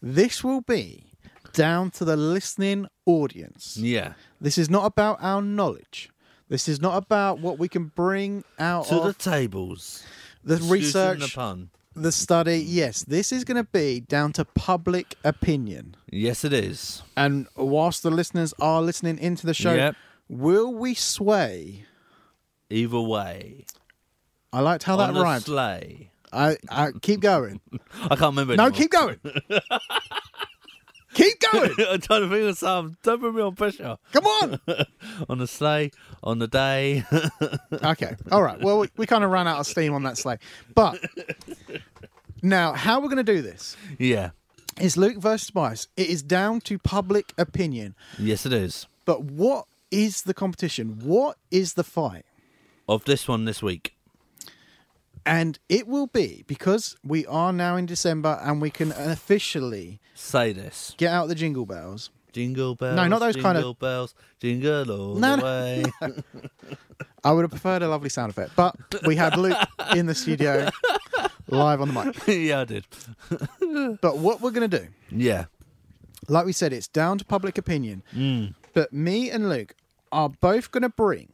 [SPEAKER 4] this will be down to the listening audience.
[SPEAKER 1] Yeah.
[SPEAKER 4] This is not about our knowledge. This is not about what we can bring out
[SPEAKER 1] To the
[SPEAKER 4] of
[SPEAKER 1] tables.
[SPEAKER 4] the,
[SPEAKER 1] Excuse
[SPEAKER 4] research,
[SPEAKER 1] The pun.
[SPEAKER 4] the study. Yes, this is going to be down to public opinion.
[SPEAKER 1] Yes, it is.
[SPEAKER 4] And whilst the listeners are listening into the show,
[SPEAKER 1] Yep.
[SPEAKER 4] will we sway?
[SPEAKER 1] Either way.
[SPEAKER 4] I liked how
[SPEAKER 1] on
[SPEAKER 4] that
[SPEAKER 1] a
[SPEAKER 4] rhymed.
[SPEAKER 1] sleigh.
[SPEAKER 4] I, I keep going.
[SPEAKER 1] I can't remember. *laughs*
[SPEAKER 4] no,
[SPEAKER 1] anymore. *laughs*
[SPEAKER 4] keep going. keep going.
[SPEAKER 1] I'm trying to think of some. Don't put me on pressure.
[SPEAKER 4] Come on.
[SPEAKER 1] on the sleigh, on the day. *laughs*
[SPEAKER 4] Okay. All right. Well, we, we kind of ran out of steam on that sleigh. But now, how we're going to do this
[SPEAKER 1] yeah.
[SPEAKER 4] is Luke versus Spice. It is down to public opinion.
[SPEAKER 1] Yes, it is.
[SPEAKER 4] But what is the competition? What is the fight?
[SPEAKER 1] Of this one this week.
[SPEAKER 4] And it will be because we are now in December and we can officially
[SPEAKER 1] Say this.
[SPEAKER 4] get out the jingle bells.
[SPEAKER 1] Jingle bells.
[SPEAKER 4] No, not those
[SPEAKER 1] jingle
[SPEAKER 4] kind of-
[SPEAKER 1] bells. Jingle all
[SPEAKER 4] No,
[SPEAKER 1] the
[SPEAKER 4] no, *laughs*
[SPEAKER 1] way.
[SPEAKER 4] I would have preferred a lovely sound effect, but we had Luke in the studio live on the mic.
[SPEAKER 1] yeah, I did.
[SPEAKER 4] But what we're going to do,
[SPEAKER 1] Yeah.
[SPEAKER 4] like we said, it's down to public opinion. But me and Luke are both going to bring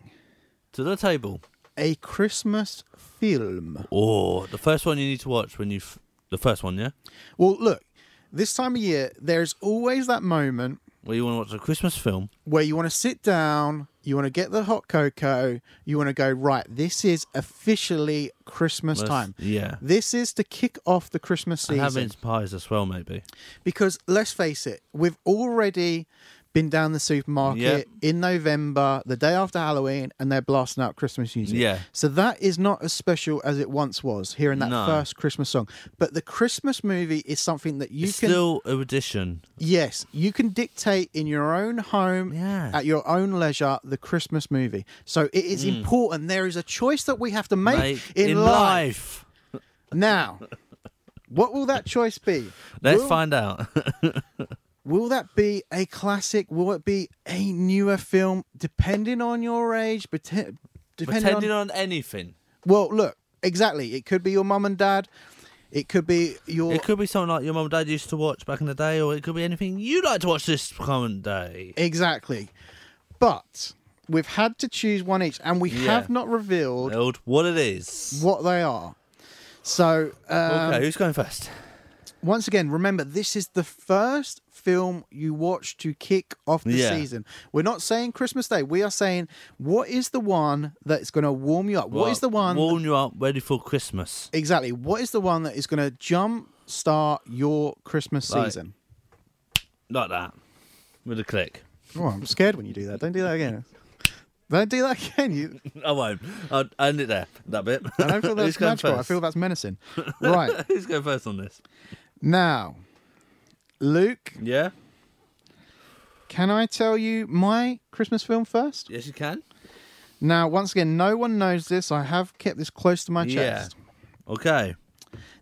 [SPEAKER 1] To the table.
[SPEAKER 4] a Christmas film.
[SPEAKER 1] Oh, the first one you need to watch when you. F- the first one, yeah?
[SPEAKER 4] Well, look, this time of year, there's always that moment
[SPEAKER 1] Where you want to watch a Christmas film.
[SPEAKER 4] where you want to sit down, you want to get the hot cocoa, you want to go, right, this is officially Christmas
[SPEAKER 1] Let's-
[SPEAKER 4] time.
[SPEAKER 1] yeah.
[SPEAKER 4] This is to kick off the Christmas
[SPEAKER 1] And
[SPEAKER 4] season.
[SPEAKER 1] having pies as well, maybe.
[SPEAKER 4] Because let's face it, we've already been down the supermarket
[SPEAKER 1] Yep.
[SPEAKER 4] in November, the day after Halloween, and they're blasting out Christmas music.
[SPEAKER 1] Yeah.
[SPEAKER 4] So that is not as special as it once was, hearing that
[SPEAKER 1] No.
[SPEAKER 4] first Christmas song. But the Christmas movie is something that you
[SPEAKER 1] it's
[SPEAKER 4] can
[SPEAKER 1] still a edition.
[SPEAKER 4] Yes, you can dictate in your own home
[SPEAKER 1] Yeah.
[SPEAKER 4] at your own leisure the Christmas movie. So it is important. There is a choice that we have to make,
[SPEAKER 1] Mm. Make
[SPEAKER 4] in, life.
[SPEAKER 1] life.
[SPEAKER 4] Now, what will that choice be?
[SPEAKER 1] Let's
[SPEAKER 4] will,
[SPEAKER 1] find out. *laughs*
[SPEAKER 4] will that be a classic? Will it be a newer film? Depending on your age, bete- depending,
[SPEAKER 1] Depending
[SPEAKER 4] on
[SPEAKER 1] on anything.
[SPEAKER 4] well, look exactly. It could be your mum and dad. It could be your
[SPEAKER 1] It could be something like your mum and dad used to watch back in the day, or it could be anything you like to watch this current day.
[SPEAKER 4] Exactly. But we've had to choose one each, and we
[SPEAKER 1] Yeah.
[SPEAKER 4] have not revealed
[SPEAKER 1] Old, what it is.
[SPEAKER 4] what they are. So, um,
[SPEAKER 1] okay, who's going first?
[SPEAKER 4] once again, remember this is the first film you watch to kick off the
[SPEAKER 1] Yeah.
[SPEAKER 4] season. We're not saying Christmas Day. We are saying what is the one that's going to warm you up? what is the one?
[SPEAKER 1] Warm you up, ready for Christmas.
[SPEAKER 4] exactly. What is the one that is going to jump start your Christmas
[SPEAKER 1] Right.
[SPEAKER 4] season?
[SPEAKER 1] Like that. With a click.
[SPEAKER 4] Oh, I'm scared when you do that. Don't do that again. *laughs* Don't do that again. You
[SPEAKER 1] I won't. I'll end it there. That bit.
[SPEAKER 4] I
[SPEAKER 1] *laughs*
[SPEAKER 4] don't feel
[SPEAKER 1] Who's
[SPEAKER 4] that's
[SPEAKER 1] going
[SPEAKER 4] magical. I
[SPEAKER 1] first?
[SPEAKER 4] feel
[SPEAKER 1] *laughs*
[SPEAKER 4] that's menacing. Right.
[SPEAKER 1] Who's going first on this?
[SPEAKER 4] now, Luke,
[SPEAKER 1] Yeah?
[SPEAKER 4] can I tell you my Christmas film first?
[SPEAKER 1] Yes, you can?
[SPEAKER 4] Now, once again, no one knows this. I have kept this close to my chest.
[SPEAKER 1] Yeah. Okay.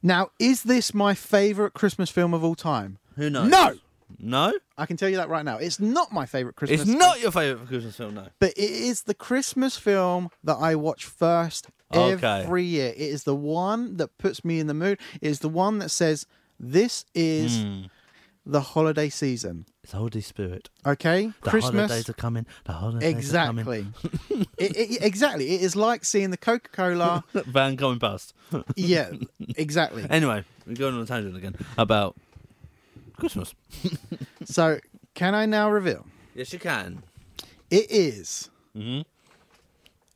[SPEAKER 4] Now, is this my favorite Christmas film of all time?
[SPEAKER 1] Who knows?
[SPEAKER 4] No!
[SPEAKER 1] No?
[SPEAKER 4] I can tell you that right now. It's not my favorite Christmas
[SPEAKER 1] It's not your favourite Christmas film, no.
[SPEAKER 4] but it is the Christmas film that I watch first
[SPEAKER 1] Okay.
[SPEAKER 4] every year. It is the one that puts me in the mood. It is the one that says, This is
[SPEAKER 1] Hmm.
[SPEAKER 4] the holiday season.
[SPEAKER 1] It's Holy Spirit.
[SPEAKER 4] Okay?
[SPEAKER 1] The
[SPEAKER 4] Christmas.
[SPEAKER 1] holidays are coming. The holidays are coming. *laughs*
[SPEAKER 4] Exactly. it, it- exactly. It is like seeing the Coca
[SPEAKER 1] *laughs*
[SPEAKER 4] Cola.
[SPEAKER 1] Van coming past.
[SPEAKER 4] yeah, exactly.
[SPEAKER 1] *laughs* Anyway, we're going on a tangent again about Christmas.
[SPEAKER 4] So, can I now reveal?
[SPEAKER 1] Yes, you can.
[SPEAKER 4] It is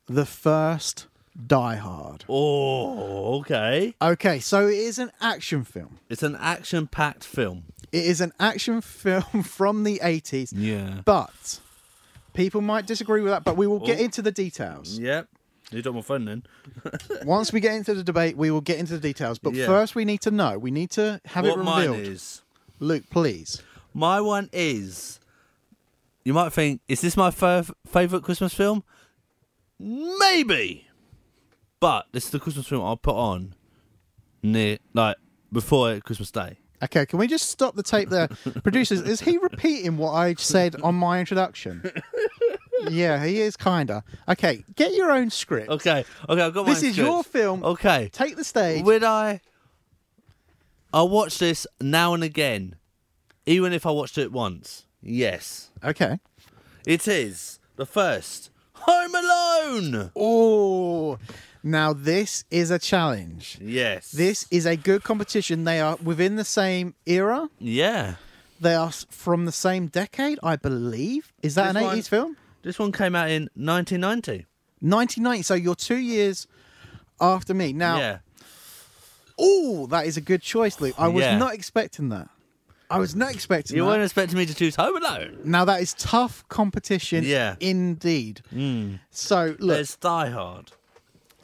[SPEAKER 4] the first Die Hard.
[SPEAKER 1] Oh, okay.
[SPEAKER 4] Okay, so it is an action film.
[SPEAKER 1] It's an action packed film.
[SPEAKER 4] It is an action *laughs* film from the 80s.
[SPEAKER 1] Yeah.
[SPEAKER 4] But people might disagree with that, but we will get
[SPEAKER 1] Oh.
[SPEAKER 4] into the details.
[SPEAKER 1] Yep. You got my phone then.
[SPEAKER 4] Once we get into the debate, we will get into the details. But
[SPEAKER 1] Yeah.
[SPEAKER 4] first, we need to know. We need to have it
[SPEAKER 1] what
[SPEAKER 4] revealed.
[SPEAKER 1] mine is.
[SPEAKER 4] Luke, please.
[SPEAKER 1] My one is. You might think, is this my f- favourite Christmas film? Maybe. But this is the Christmas film I'll put on near, like, before Christmas Day.
[SPEAKER 4] Okay, can we just stop the tape there? Producers, is he repeating what I said on my introduction? yeah, he is kinda. Okay, get your own script.
[SPEAKER 1] Okay, okay, I've got my
[SPEAKER 4] This is
[SPEAKER 1] script.
[SPEAKER 4] your film.
[SPEAKER 1] Okay.
[SPEAKER 4] Take the stage.
[SPEAKER 1] Would I? I watch this now and again, even if I watched it once. Yes.
[SPEAKER 4] Okay.
[SPEAKER 1] It is the first Home Alone.
[SPEAKER 4] Oh, now this is a challenge.
[SPEAKER 1] Yes.
[SPEAKER 4] This is a good competition. They are within the same era.
[SPEAKER 1] Yeah.
[SPEAKER 4] They are s- from the same decade, I believe. Is that
[SPEAKER 1] This
[SPEAKER 4] an
[SPEAKER 1] one-
[SPEAKER 4] 80s film?
[SPEAKER 1] This one came out in 1990.
[SPEAKER 4] 1990. So you're two years after me. Now,
[SPEAKER 1] Yeah.
[SPEAKER 4] oh, that is a good choice, Luke. I was
[SPEAKER 1] Yeah.
[SPEAKER 4] not expecting that. I was not expecting
[SPEAKER 1] You
[SPEAKER 4] that.
[SPEAKER 1] weren't expecting me to choose Home Alone.
[SPEAKER 4] Now, that is tough competition
[SPEAKER 1] Yeah. Hmm.
[SPEAKER 4] indeed. So, look,
[SPEAKER 1] There's Die Hard.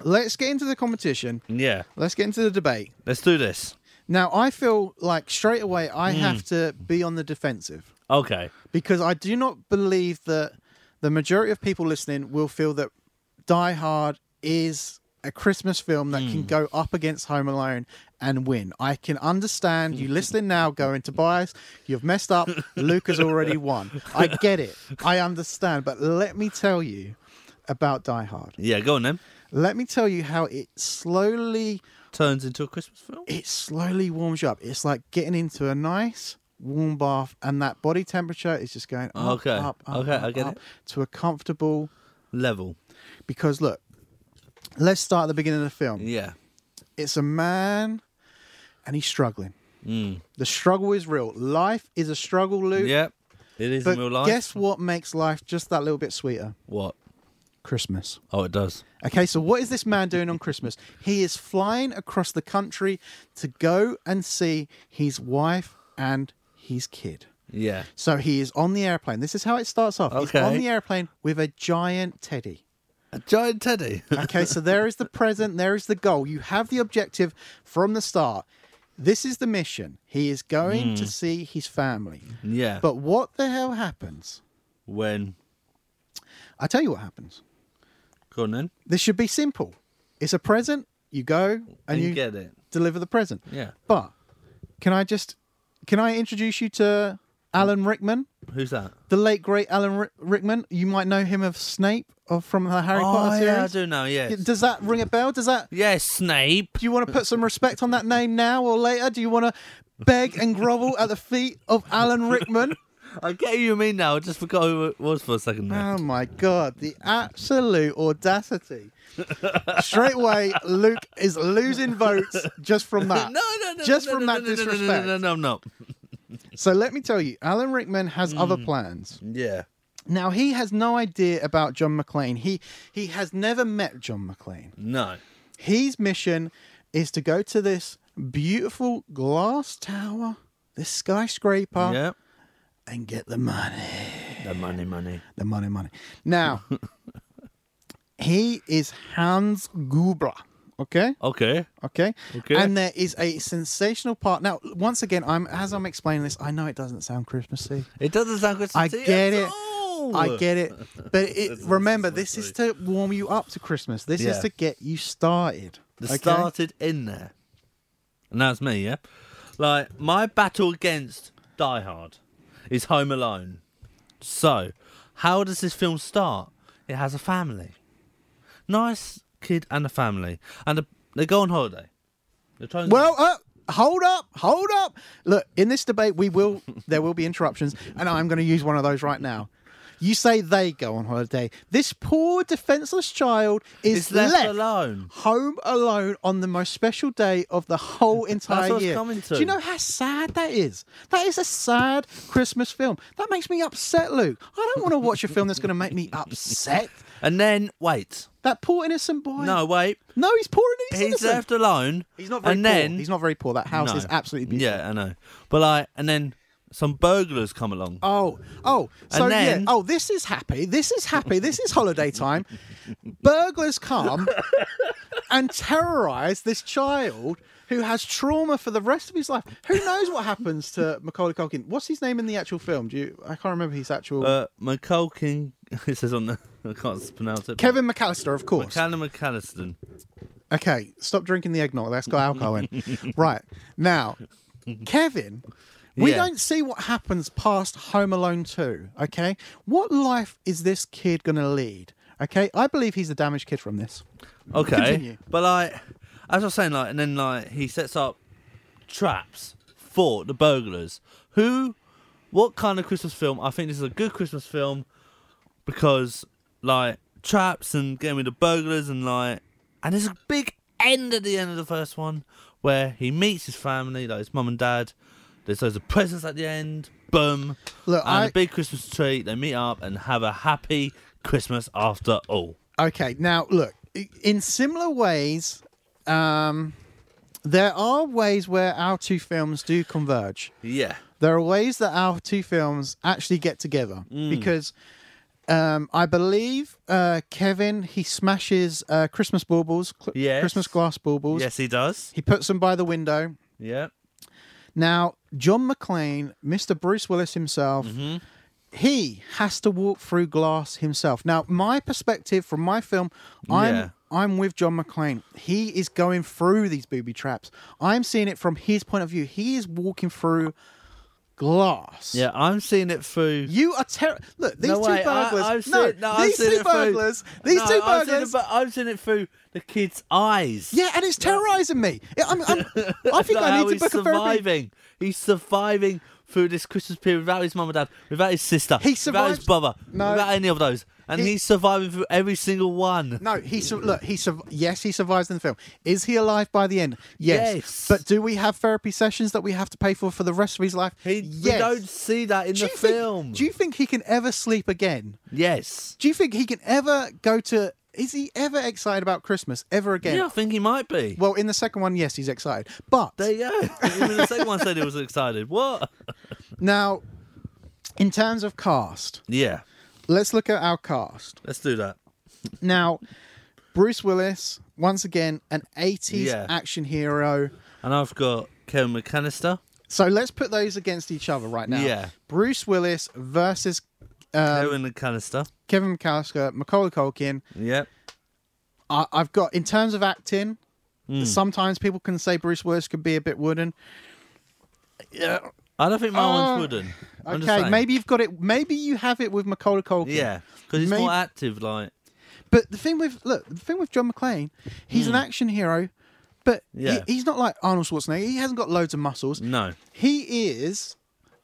[SPEAKER 4] let's get into the competition.
[SPEAKER 1] Yeah.
[SPEAKER 4] Let's get into the debate.
[SPEAKER 1] Let's do this.
[SPEAKER 4] Now, I feel like straight away I
[SPEAKER 1] Mm.
[SPEAKER 4] have to be on the defensive
[SPEAKER 1] Okay.
[SPEAKER 4] because I do not believe that the majority of people listening will feel that Die Hard is a Christmas film that can go up against Home Alone and win. I can understand you listening now going to bias, you've messed up, Luke has already won. I get it. I understand, but let me tell you about Die Hard.
[SPEAKER 1] Yeah, go on then.
[SPEAKER 4] Let me tell you how it slowly
[SPEAKER 1] Turns into a Christmas film.
[SPEAKER 4] it slowly warms you up. It's like getting into a nice warm bath, and that body temperature is just going up,
[SPEAKER 1] Okay.
[SPEAKER 4] up, up,
[SPEAKER 1] Okay,
[SPEAKER 4] up,
[SPEAKER 1] I get
[SPEAKER 4] up
[SPEAKER 1] it.
[SPEAKER 4] to a comfortable.
[SPEAKER 1] Level.
[SPEAKER 4] Because look, let's start at the beginning of the film.
[SPEAKER 1] Yeah.
[SPEAKER 4] It's a man, and he's struggling.
[SPEAKER 1] Mm.
[SPEAKER 4] The struggle is real. Life is a struggle, Luke.
[SPEAKER 1] Yep. It is
[SPEAKER 4] But
[SPEAKER 1] in real life.
[SPEAKER 4] guess what makes life just that little bit sweeter?
[SPEAKER 1] What?
[SPEAKER 4] Christmas.
[SPEAKER 1] Oh, it does.
[SPEAKER 4] Okay, so what is this man doing on Christmas? He is flying across the country to go and see his wife and his kid.
[SPEAKER 1] Yeah.
[SPEAKER 4] So he is on the airplane. This is how it starts off. He's
[SPEAKER 1] Okay.
[SPEAKER 4] on the airplane with a giant teddy.
[SPEAKER 1] A giant teddy.
[SPEAKER 4] okay, so there is the present, there is the goal. You have the objective from the start. This is the mission. He is going to
[SPEAKER 1] Hmm.
[SPEAKER 4] see his family.
[SPEAKER 1] *laughs* Yeah.
[SPEAKER 4] But what the hell happens?
[SPEAKER 1] when?
[SPEAKER 4] I tell you what happens.
[SPEAKER 1] Go on then.
[SPEAKER 4] This should be simple. It's a present. You go and,
[SPEAKER 1] And you
[SPEAKER 4] you
[SPEAKER 1] get it.
[SPEAKER 4] deliver the present.
[SPEAKER 1] Yeah.
[SPEAKER 4] But can I just can I introduce you to Alan Rickman?
[SPEAKER 1] Who's that?
[SPEAKER 4] the late great Alan Rick- Rickman. You might know him of Snape of from the Harry Potter
[SPEAKER 1] oh,
[SPEAKER 4] series.
[SPEAKER 1] yeah, I do know, yes.
[SPEAKER 4] Does that ring a bell? Does that?
[SPEAKER 1] Yes, Snape.
[SPEAKER 4] Do you want to put some respect on that name now or later? Do you want to beg and grovel at the feet of Alan Rickman?
[SPEAKER 1] I get who you mean now. I just forgot who it was for a second there.
[SPEAKER 4] Oh my god, the absolute audacity! Straight away, Luke is losing votes just from
[SPEAKER 1] *laughs*
[SPEAKER 4] that.
[SPEAKER 1] No, no, no.
[SPEAKER 4] just
[SPEAKER 1] no,
[SPEAKER 4] from
[SPEAKER 1] no,
[SPEAKER 4] that
[SPEAKER 1] no, no, no, no,
[SPEAKER 4] disrespect.
[SPEAKER 1] No, no, no, I'm not.
[SPEAKER 4] So let me tell you, Alan Rickman has other plans.
[SPEAKER 1] Yeah.
[SPEAKER 4] Now he has no idea about John McClane. He he has never met John McClane.
[SPEAKER 1] No.
[SPEAKER 4] His mission is to go to this beautiful glass tower, this skyscraper,
[SPEAKER 1] Yep.
[SPEAKER 4] and get the money.
[SPEAKER 1] The money, money.
[SPEAKER 4] The money, money.
[SPEAKER 1] *laughs*
[SPEAKER 4] Now, he is Hans Gubra. Okay.
[SPEAKER 1] Okay.
[SPEAKER 4] Okay.
[SPEAKER 1] Okay.
[SPEAKER 4] And there is a sensational part. Now, once again, I'm as I'm explaining this, I know it doesn't sound Christmassy.
[SPEAKER 1] It doesn't sound good.
[SPEAKER 4] I
[SPEAKER 1] to you
[SPEAKER 4] get
[SPEAKER 1] at
[SPEAKER 4] it.
[SPEAKER 1] all. *laughs*
[SPEAKER 4] I get it. But it, remember, this is to warm you up to Christmas. This is
[SPEAKER 1] Yeah.
[SPEAKER 4] to get you started.
[SPEAKER 1] The
[SPEAKER 4] okay?
[SPEAKER 1] started in there. And that's me, yeah? Like, my battle against Die Hard is Home Alone. So, how does this film start? It has a family. Nice kid and a family. And a, they go on holiday. They're trying
[SPEAKER 4] Well, uh, hold up, hold up. Look, in this debate,
[SPEAKER 1] *laughs*
[SPEAKER 4] we will there will be interruptions, and I'm going to use one of those right now. You say they go on holiday. This poor defenseless child is
[SPEAKER 1] It's left alone.
[SPEAKER 4] home alone on the most special day of the
[SPEAKER 1] *laughs*
[SPEAKER 4] whole entire
[SPEAKER 1] what it's
[SPEAKER 4] year.
[SPEAKER 1] coming
[SPEAKER 4] Do
[SPEAKER 1] to.
[SPEAKER 4] you know how sad that is? That is a sad
[SPEAKER 1] *laughs*
[SPEAKER 4] Christmas film. That makes me upset, Luke. I don't want to watch a film that's going to make me upset.
[SPEAKER 1] And then wait.
[SPEAKER 4] That poor innocent boy.
[SPEAKER 1] No, wait.
[SPEAKER 4] No, he's poor and he's,
[SPEAKER 1] He's
[SPEAKER 4] innocent.
[SPEAKER 1] left alone.
[SPEAKER 4] He's not very
[SPEAKER 1] and
[SPEAKER 4] poor.
[SPEAKER 1] Then,
[SPEAKER 4] He's not very poor. That house
[SPEAKER 1] No.
[SPEAKER 4] is absolutely beautiful.
[SPEAKER 1] Yeah, I know. But like, and then some burglars come along.
[SPEAKER 4] Oh, oh, so
[SPEAKER 1] And then-
[SPEAKER 4] yeah. Oh, this is happy. This is happy. This is
[SPEAKER 1] *laughs*
[SPEAKER 4] holiday time. Burglars come and terrorize this child who has trauma for the rest of his life. Who knows what happens to Macaulay Culkin? What's his name in the actual film? Do you? I can't remember his actual.
[SPEAKER 1] Uh, McCulkin. *laughs* It says on the. I can't pronounce it.
[SPEAKER 4] Kevin McAllister, of course.
[SPEAKER 1] Callum McAlliston.
[SPEAKER 4] Okay, stop drinking the eggnog. That's got alcohol
[SPEAKER 1] *laughs*
[SPEAKER 4] in. right. Now, Kevin, we
[SPEAKER 1] Yeah.
[SPEAKER 4] don't see what happens past Home Alone 2, okay? What life is this kid going to lead? Okay, I believe he's the damaged kid from this.
[SPEAKER 1] Okay.
[SPEAKER 4] Continue.
[SPEAKER 1] But like, as I was saying, like, and then like he sets up traps for the burglars. Who? What kind of Christmas film? I think this is a good Christmas film because like traps and getting rid of burglars and like, and there's a big end at the end of the first one where he meets his family, like his mum and dad. There's loads of presents at the end. Boom.
[SPEAKER 4] Look,
[SPEAKER 1] and
[SPEAKER 4] I-
[SPEAKER 1] a big Christmas tree. They meet up and have a happy Christmas after all.
[SPEAKER 4] Okay, now look, i- in similar ways, um, there are ways where our two films do converge.
[SPEAKER 1] Yeah.
[SPEAKER 4] There are ways that our two films actually get together
[SPEAKER 1] Mm.
[SPEAKER 4] because um, I believe uh, Kevin he smashes uh, Christmas baubles, cl-
[SPEAKER 1] Yes.
[SPEAKER 4] Christmas glass baubles.
[SPEAKER 1] Yes, he does.
[SPEAKER 4] He puts them by the window.
[SPEAKER 1] Yeah.
[SPEAKER 4] Now, John McClane, Mr. Bruce Willis himself,
[SPEAKER 1] Mm-hmm.
[SPEAKER 4] he has to walk through glass himself. Now, my perspective from my film, I'm
[SPEAKER 1] Yeah.
[SPEAKER 4] I'm with John McClane. He is going through these booby traps. I'm seeing it from his point of view. He is walking through glass.
[SPEAKER 1] Yeah, I'm seeing it through.
[SPEAKER 4] You are terrible. Look, these
[SPEAKER 1] no,
[SPEAKER 4] two
[SPEAKER 1] wait, I-
[SPEAKER 4] burglars.
[SPEAKER 1] I've seen,
[SPEAKER 4] no,
[SPEAKER 1] no, I've
[SPEAKER 4] these
[SPEAKER 1] seen
[SPEAKER 4] two
[SPEAKER 1] it through-
[SPEAKER 4] burglars. These
[SPEAKER 1] no,
[SPEAKER 4] two
[SPEAKER 1] I've seen it
[SPEAKER 4] burglars.
[SPEAKER 1] bu- I've seen it through the kid's eyes.
[SPEAKER 4] yeah,
[SPEAKER 1] *laughs*
[SPEAKER 4] and it's terrorizing me. Yeah, I'm, I'm, I
[SPEAKER 1] That's
[SPEAKER 4] think
[SPEAKER 1] not
[SPEAKER 4] I
[SPEAKER 1] how
[SPEAKER 4] need to
[SPEAKER 1] he's
[SPEAKER 4] book
[SPEAKER 1] surviving.
[SPEAKER 4] a therapy.
[SPEAKER 1] He's surviving through this Christmas period without his mum and dad, without his sister,
[SPEAKER 4] He
[SPEAKER 1] without his
[SPEAKER 4] survives-
[SPEAKER 1] brother,
[SPEAKER 4] No.
[SPEAKER 1] without any of those, and
[SPEAKER 4] He-
[SPEAKER 1] he's surviving through every single one.
[SPEAKER 4] No, he sur- look. He sur- yes, he survives in the film. Is he alive by the end? Yes.
[SPEAKER 1] Yes.
[SPEAKER 4] But do we have therapy sessions that we have to pay for for the rest of his life?
[SPEAKER 1] He,
[SPEAKER 4] yes.
[SPEAKER 1] We don't see that in
[SPEAKER 4] Do
[SPEAKER 1] the
[SPEAKER 4] you think-
[SPEAKER 1] film.
[SPEAKER 4] do you think he can ever sleep again?
[SPEAKER 1] yes.
[SPEAKER 4] Do you think he can ever go to? Is he ever excited about Christmas ever again?
[SPEAKER 1] Yeah, I think he might be.
[SPEAKER 4] Well, in the second one, yes, he's excited. But
[SPEAKER 1] there you go. Even the second one said he was excited.
[SPEAKER 4] *laughs*
[SPEAKER 1] What?
[SPEAKER 4] now, in terms of cast,
[SPEAKER 1] Yeah,
[SPEAKER 4] let's look at our cast.
[SPEAKER 1] let's do that.
[SPEAKER 4] Now, Bruce Willis, once again, an 80s
[SPEAKER 1] Yeah.
[SPEAKER 4] action hero.
[SPEAKER 1] And I've got Kevin McAllister.
[SPEAKER 4] So let's put those against each other right now.
[SPEAKER 1] Yeah.
[SPEAKER 4] Bruce Willis versus um,
[SPEAKER 1] Kevin McAllister.
[SPEAKER 4] Kevin McAllister, Macaulay Culkin.
[SPEAKER 1] Yep.
[SPEAKER 4] I, I've got, in terms of acting,
[SPEAKER 1] Hmm.
[SPEAKER 4] sometimes people can say Bruce Willis could be a bit wooden. Yeah.
[SPEAKER 1] I don't think my
[SPEAKER 4] Oh,
[SPEAKER 1] one's wooden. I'm just
[SPEAKER 4] Okay,
[SPEAKER 1] saying.
[SPEAKER 4] maybe you've got it. Maybe you have it with Macaulay Culkin.
[SPEAKER 1] Yeah, because he's
[SPEAKER 4] Maybe-
[SPEAKER 1] more active. Like,
[SPEAKER 4] But the thing with look, the thing with John McClane, he's an action hero, but he-
[SPEAKER 1] Hmm. Yeah.
[SPEAKER 4] he's not like Arnold Schwarzenegger. He hasn't got loads of muscles.
[SPEAKER 1] no,
[SPEAKER 4] He is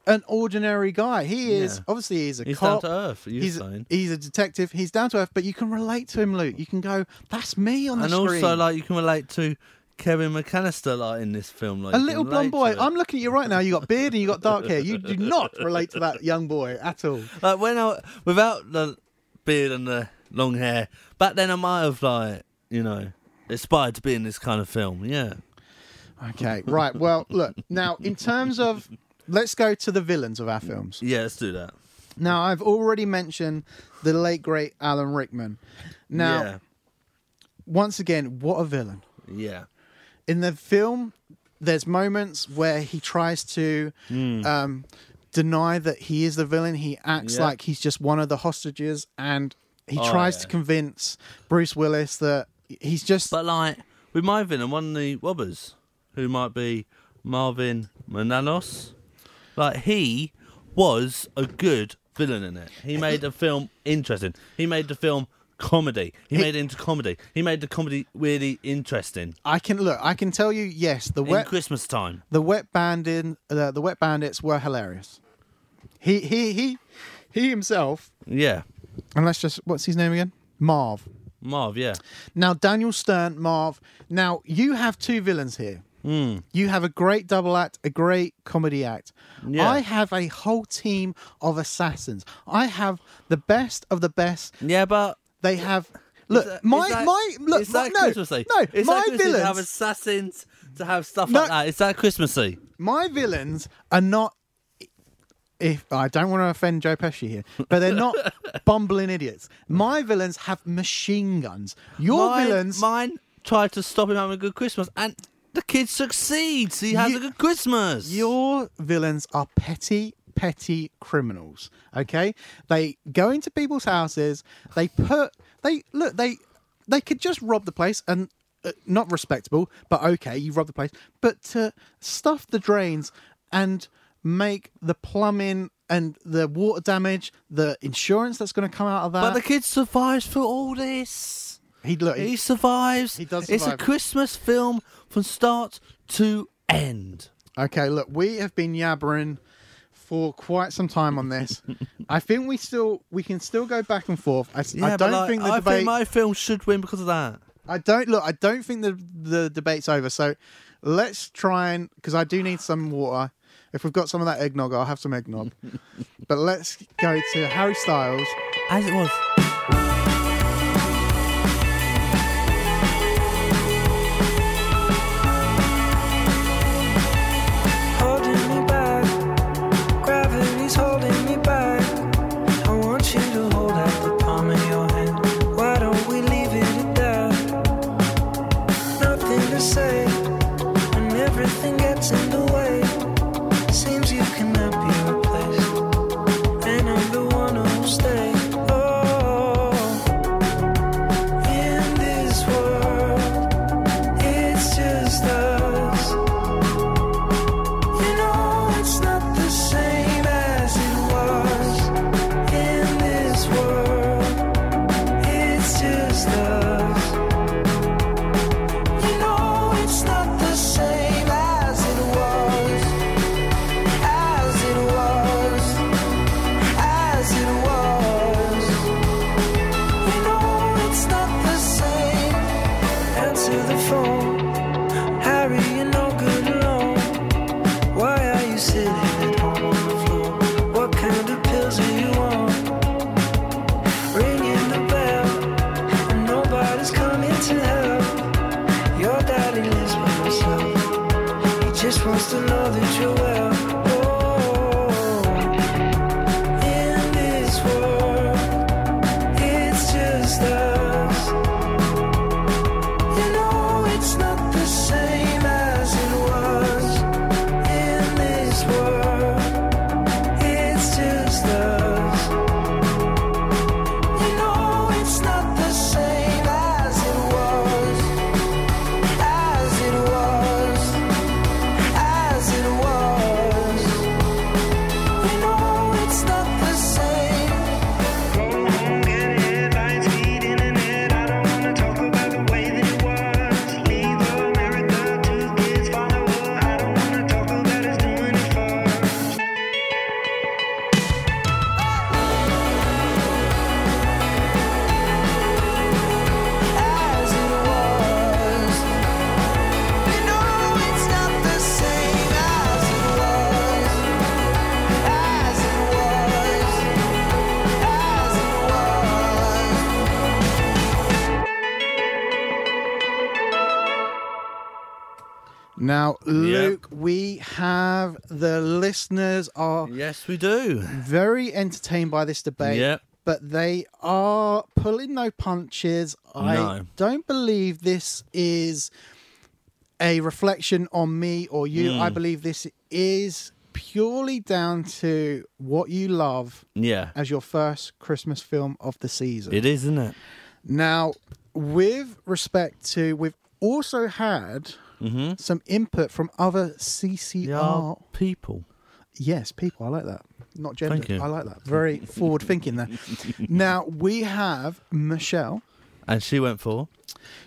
[SPEAKER 4] an ordinary guy. He is
[SPEAKER 1] Yeah.
[SPEAKER 4] obviously he's a
[SPEAKER 1] he's
[SPEAKER 4] cop.
[SPEAKER 1] down to earth. You're
[SPEAKER 4] He's,
[SPEAKER 1] saying.
[SPEAKER 4] he's a detective. He's down to earth, but you can relate to him, Luke. You can go, "That's me on the
[SPEAKER 1] And
[SPEAKER 4] screen."
[SPEAKER 1] also, like, you can relate to Kevin McAllister, like in this film, like
[SPEAKER 4] a
[SPEAKER 1] you can
[SPEAKER 4] little
[SPEAKER 1] relate
[SPEAKER 4] blonde boy.
[SPEAKER 1] to it.
[SPEAKER 4] I'm looking at you right now. You got beard and you got dark hair. You do not relate to that young boy at all.
[SPEAKER 1] like when I without the beard and the long hair. Back then, I might have like you know aspired to be in this kind of film. Yeah,
[SPEAKER 4] Okay, right. Well, look now. In terms of, let's go to the villains of our films.
[SPEAKER 1] yeah. Let's do that.
[SPEAKER 4] Now, I've already mentioned the late great Alan Rickman. Now, once again, what a villain.
[SPEAKER 1] yeah, yeah.
[SPEAKER 4] In the film, there's moments where he tries to um, deny that he is the villain. He acts
[SPEAKER 1] Hmm. Yeah.
[SPEAKER 4] like he's just one of the hostages and he
[SPEAKER 1] Oh,
[SPEAKER 4] tries
[SPEAKER 1] yeah.
[SPEAKER 4] to convince Bruce Willis that he's just.
[SPEAKER 1] But like with my villain, one of the robbers, who might be Marvin Mananos, like he was a good villain in it. He made the film interesting. He made the film comedy. He made it into comedy. He made the comedy really interesting
[SPEAKER 4] I can look. I can tell you, yes, the
[SPEAKER 1] in
[SPEAKER 4] wet
[SPEAKER 1] Christmas time.
[SPEAKER 4] the wet bandit, uh, the wet bandits were hilarious. He he he he himself
[SPEAKER 1] Yeah,
[SPEAKER 4] And let's just what's his name again? Marv.
[SPEAKER 1] Marv. Yeah,
[SPEAKER 4] Now Daniel Stern, Marv. Now you have two villains here. You have a great double act, a great comedy act.
[SPEAKER 1] Yeah.
[SPEAKER 4] I have a whole team of assassins. I have the best of the best.
[SPEAKER 1] yeah. But
[SPEAKER 4] They have look my my look
[SPEAKER 1] is that
[SPEAKER 4] my- no
[SPEAKER 1] Christmassy?
[SPEAKER 4] no
[SPEAKER 1] is
[SPEAKER 4] my
[SPEAKER 1] that Christmassy to have
[SPEAKER 4] villains
[SPEAKER 1] assassins to have stuff
[SPEAKER 4] No.
[SPEAKER 1] like that. Is that Christmassy?
[SPEAKER 4] my villains are not. If I don't want to offend Joe Pesci here, but they're
[SPEAKER 1] *laughs*
[SPEAKER 4] not bumbling idiots. My villains have machine guns. Your
[SPEAKER 1] mine,
[SPEAKER 4] villains
[SPEAKER 1] Mine tried to stop him having a good Christmas, and the kid succeeds. He has
[SPEAKER 4] You-
[SPEAKER 1] a good Christmas.
[SPEAKER 4] Your villains are petty, petty criminals. Okay, they go into people's houses. They put they look they they could just rob the place and uh, not respectable, but okay, you rob the place. But to stuff the drains and make the plumbing and the water damage, the insurance that's going to come out of that.
[SPEAKER 1] But the kid survives through all this.
[SPEAKER 4] He look,
[SPEAKER 1] he, survives. He
[SPEAKER 4] does
[SPEAKER 1] It's a
[SPEAKER 4] survive.
[SPEAKER 1] Christmas film from start to end.
[SPEAKER 4] Okay, look, we have been yabbering for quite some time
[SPEAKER 1] *laughs*
[SPEAKER 4] on this. I think we still we can still go back and forth. I, s- I
[SPEAKER 1] Yeah, but,
[SPEAKER 4] don't
[SPEAKER 1] like,
[SPEAKER 4] think the
[SPEAKER 1] I
[SPEAKER 4] debate.
[SPEAKER 1] think my film should win because of that.
[SPEAKER 4] I don't look. I don't think the the debate's over. So let's try and because I do need some water. If we've got some of that eggnog, I'll have
[SPEAKER 1] *laughs*
[SPEAKER 4] some eggnog. but let's go to Harry Styles.
[SPEAKER 1] As it was.
[SPEAKER 13] holding me back. Gravity's holding me back. I want you to hold out the palm of your hand. Why don't we leave it at that? Nothing to say, and everything gets in the way. Seems you cannot be replaced, and I'm the one who'll stay. Oh, in this world, it's just us. You know it's not the same as it was in this world. It's just us. You know it's not the same as it was, as it was, as it was. You know it's not the same. Answer the phone, Harry. You're no good alone. Why are you sitting at home on the floor? What kind of pills are you on? Ringing the bell, and nobody's coming to help. Your daddy lives by himself. He just wants to know that you're well. Oh, in this world, it's just us. You know it's not the same as it was in this world. It's just us. You know it's not the same as it was, as it was, as it was. You know it's not the same. Go home, get headlights, heat in and head. I don't wanna talk about the way that it was. Leave America, two kids, follow her. I don't wanna talk about us doing it first. As it was, you know it's not the same as it was, as it was, as it
[SPEAKER 4] Now, Luke, we have the listeners are
[SPEAKER 1] yes, we do
[SPEAKER 4] very entertained by this debate.
[SPEAKER 1] Yep.
[SPEAKER 4] But they are pulling no punches. I
[SPEAKER 1] No.
[SPEAKER 4] don't believe this is a reflection on me or you.
[SPEAKER 1] Mm.
[SPEAKER 4] I believe this is purely down to what you love
[SPEAKER 1] *laughs* Yeah,
[SPEAKER 4] as your first Christmas film of the season.
[SPEAKER 1] it is, isn't it?
[SPEAKER 4] Now, with respect to, we've also had
[SPEAKER 1] Mm-hmm.
[SPEAKER 4] some input from other CCR
[SPEAKER 1] people.
[SPEAKER 4] Yes, people. I like that. Not gender.
[SPEAKER 1] Thank you.
[SPEAKER 4] I like that.
[SPEAKER 1] *laughs*
[SPEAKER 4] Very forward thinking there. Now, we have Michelle.
[SPEAKER 1] And she went for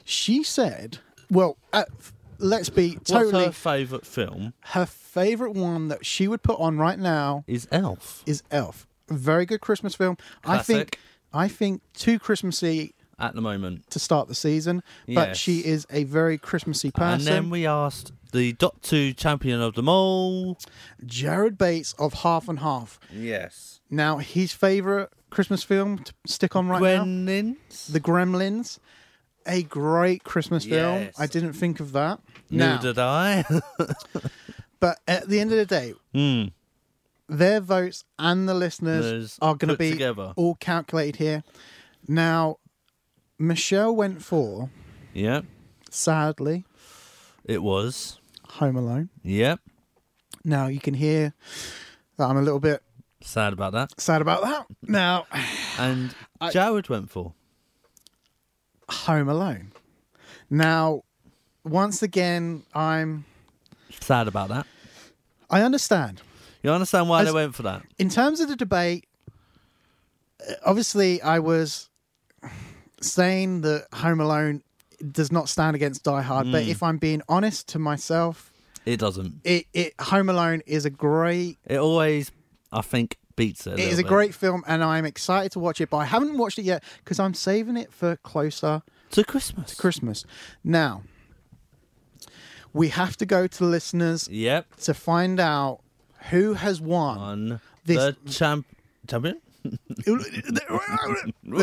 [SPEAKER 4] She said, well, uh, f- let's be
[SPEAKER 1] what's
[SPEAKER 4] totally.
[SPEAKER 1] her favourite film?
[SPEAKER 4] her favorite one that she would put on right now
[SPEAKER 1] is Elf.
[SPEAKER 4] Is Elf. Very good Christmas film. I
[SPEAKER 1] Classic.
[SPEAKER 4] think I think too Christmassy
[SPEAKER 1] at the moment.
[SPEAKER 4] to start the season, but
[SPEAKER 1] Yes.
[SPEAKER 4] she is a very Christmassy
[SPEAKER 1] And
[SPEAKER 4] person.
[SPEAKER 1] then we asked the Dot Two champion of them all.
[SPEAKER 4] Jared Bates of Half and Half.
[SPEAKER 1] Yes.
[SPEAKER 4] Now his favorite Christmas film to stick on right now?
[SPEAKER 1] Gremlins.
[SPEAKER 4] The Gremlins. A great Christmas film.
[SPEAKER 1] Yes.
[SPEAKER 4] I didn't think of that.
[SPEAKER 1] Neither
[SPEAKER 4] Now,
[SPEAKER 1] did I. *laughs*
[SPEAKER 4] but at the end of the day,
[SPEAKER 1] Mm.
[SPEAKER 4] their votes and the listeners
[SPEAKER 1] Those
[SPEAKER 4] are going to
[SPEAKER 1] put
[SPEAKER 4] be
[SPEAKER 1] together.
[SPEAKER 4] all calculated here. Now, Michelle went for,
[SPEAKER 1] Yep.
[SPEAKER 4] sadly,
[SPEAKER 1] It was.
[SPEAKER 4] Home Alone.
[SPEAKER 1] Yep.
[SPEAKER 4] Now, you can hear that I'm a little bit
[SPEAKER 1] Sad about that.
[SPEAKER 4] sad about that. Now,
[SPEAKER 1] And
[SPEAKER 4] I-
[SPEAKER 1] Jared went for.
[SPEAKER 4] Home Alone. Now, once again, I'm.
[SPEAKER 1] Sad about that.
[SPEAKER 4] I understand.
[SPEAKER 1] You understand why
[SPEAKER 4] As-
[SPEAKER 1] they went for that?
[SPEAKER 4] In terms of the debate, uh, obviously, I was saying that Home Alone does not stand against Die Hard, but
[SPEAKER 1] Mm.
[SPEAKER 4] if I'm being honest to myself,
[SPEAKER 1] It doesn't.
[SPEAKER 4] it, it Home Alone is a great.
[SPEAKER 1] It always, I think, beats it.
[SPEAKER 4] it is a great film, and I'm excited to watch it, but I haven't watched it yet because I'm saving it for closer
[SPEAKER 1] to Christmas.
[SPEAKER 4] Christmas. Now, we have to go to the listeners
[SPEAKER 1] Yep.
[SPEAKER 4] to find out who has won.
[SPEAKER 1] The champ champion.
[SPEAKER 4] There's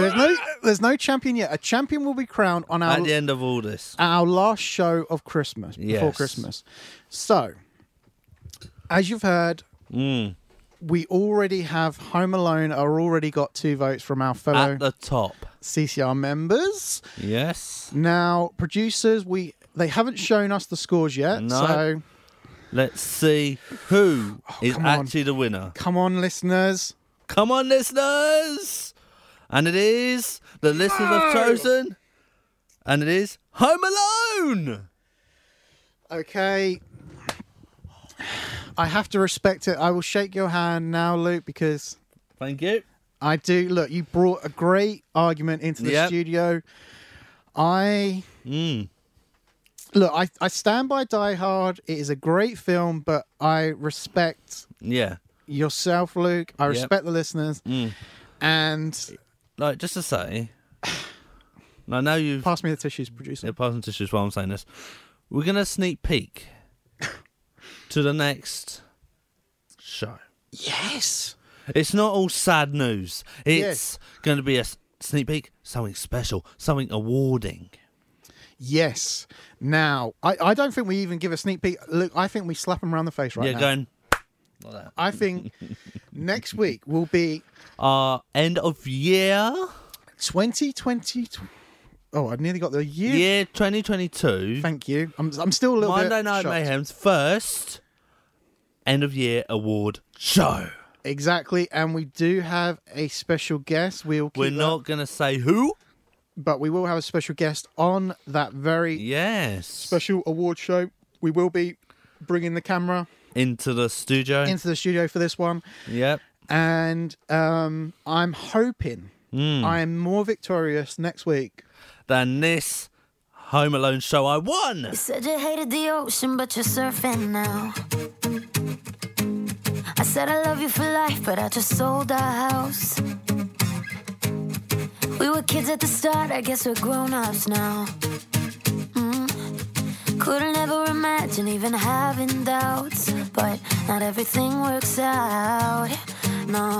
[SPEAKER 4] no, there's no champion yet. A champion will be crowned on our
[SPEAKER 1] At the end of all this,
[SPEAKER 4] our last show of Christmas before
[SPEAKER 1] Yes.
[SPEAKER 4] Christmas. So, as you've heard,
[SPEAKER 1] Hmm.
[SPEAKER 4] we already have Home Alone are already got two votes from our fellow
[SPEAKER 1] at the top.
[SPEAKER 4] CCR members.
[SPEAKER 1] Yes.
[SPEAKER 4] Now, producers, we they haven't shown us the scores yet,
[SPEAKER 1] No.
[SPEAKER 4] so
[SPEAKER 1] Let's see who is
[SPEAKER 4] Oh, come on.
[SPEAKER 1] actually the winner.
[SPEAKER 4] come on, listeners.
[SPEAKER 1] Come on, listeners! And it is the listeners have chosen, and it is Home Alone.
[SPEAKER 4] Okay. I have to respect it. I will shake your hand now, Luke, because
[SPEAKER 1] Thank you.
[SPEAKER 4] I do. Look, you brought a great argument into the
[SPEAKER 1] Yep. Mm.
[SPEAKER 4] studio. I look. I, I stand by Die Hard. It is a great film, but I respect
[SPEAKER 1] Yeah.
[SPEAKER 4] yourself, Luke. I
[SPEAKER 1] Yep. Mm.
[SPEAKER 4] respect the listeners, and
[SPEAKER 1] Like just to
[SPEAKER 4] *sighs*
[SPEAKER 1] say, I know you've
[SPEAKER 4] pass me the tissues, producer.
[SPEAKER 1] Yeah, passing tissues while I'm saying this. We're gonna sneak
[SPEAKER 4] *laughs*
[SPEAKER 1] peek to the next show.
[SPEAKER 4] Yes.
[SPEAKER 1] It's not all sad news. It's
[SPEAKER 4] Yes.
[SPEAKER 1] gonna be a s- sneak peek, something special, something awarding.
[SPEAKER 4] Yes. Now, I, I don't think we even give a sneak peek. Look, I think we slap them around the face right
[SPEAKER 1] yeah,
[SPEAKER 4] now.
[SPEAKER 1] going
[SPEAKER 4] I
[SPEAKER 1] *laughs*
[SPEAKER 4] think next week will be
[SPEAKER 1] our uh, end of year
[SPEAKER 4] 2020. Oh, I nearly got the year.
[SPEAKER 1] year 2022.
[SPEAKER 4] Thank you. I'm, I'm still a little
[SPEAKER 1] Monday
[SPEAKER 4] bit.
[SPEAKER 1] Night
[SPEAKER 4] shocked.
[SPEAKER 1] Mayhem's first end of year award show.
[SPEAKER 4] Exactly. And we do have a special guest. We'll keep
[SPEAKER 1] We're
[SPEAKER 4] that-
[SPEAKER 1] not gonna say who.
[SPEAKER 4] but we will have a special guest on that very
[SPEAKER 1] Yes.
[SPEAKER 4] special award show. We will be bringing the camera
[SPEAKER 1] Into the studio.
[SPEAKER 4] into the studio for this one.
[SPEAKER 1] yep.
[SPEAKER 4] And um, I'm hoping
[SPEAKER 1] Hmm.
[SPEAKER 4] I am more victorious next week.
[SPEAKER 1] than this Home Alone show I won.
[SPEAKER 2] You said you hated the ocean, but you're surfing now. I said I love you for life, but I just sold our house. We were kids at the start, I guess we're grown ups now. Mm. Couldn't ever imagine even having doubts, but not everything works out. No,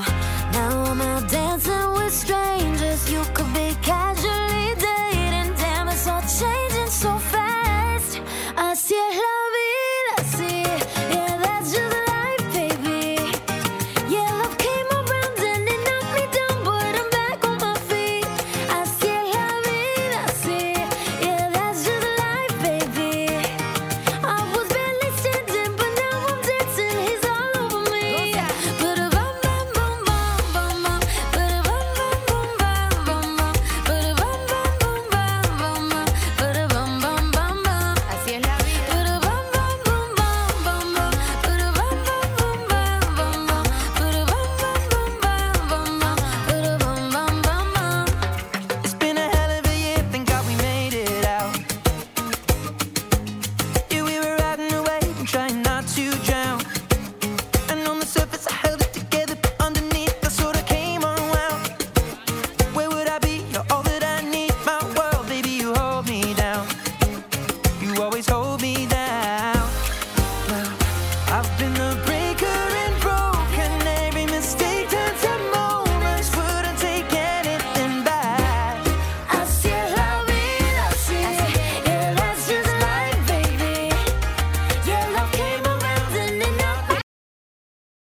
[SPEAKER 2] now I'm out dancing with strangers. You could be casually dating, damn, it's all changing so fast. I see it, love it, I see it. Yeah, that's just life, baby. Yeah, love came around and it knocked me down, but I'm back on my feet. I still have it, I see. Yeah, that's just life, baby. I was barely standing, but now I'm dancing. He's all over me. But a bum bum bum bum bum bum. But a bum bum bum bum bum bum. But a bum bum bum bum bum bum. But a bum bum bum bum. Así es la vida. But a bum bum bum bum bum bum. But a bum bum bum bum bum bum. But a bum bum bum bum bum bum. But a bum bum bum bum.
[SPEAKER 13] It's been a hell of a year, thank God we made it out. Yeah, we were riding away and trying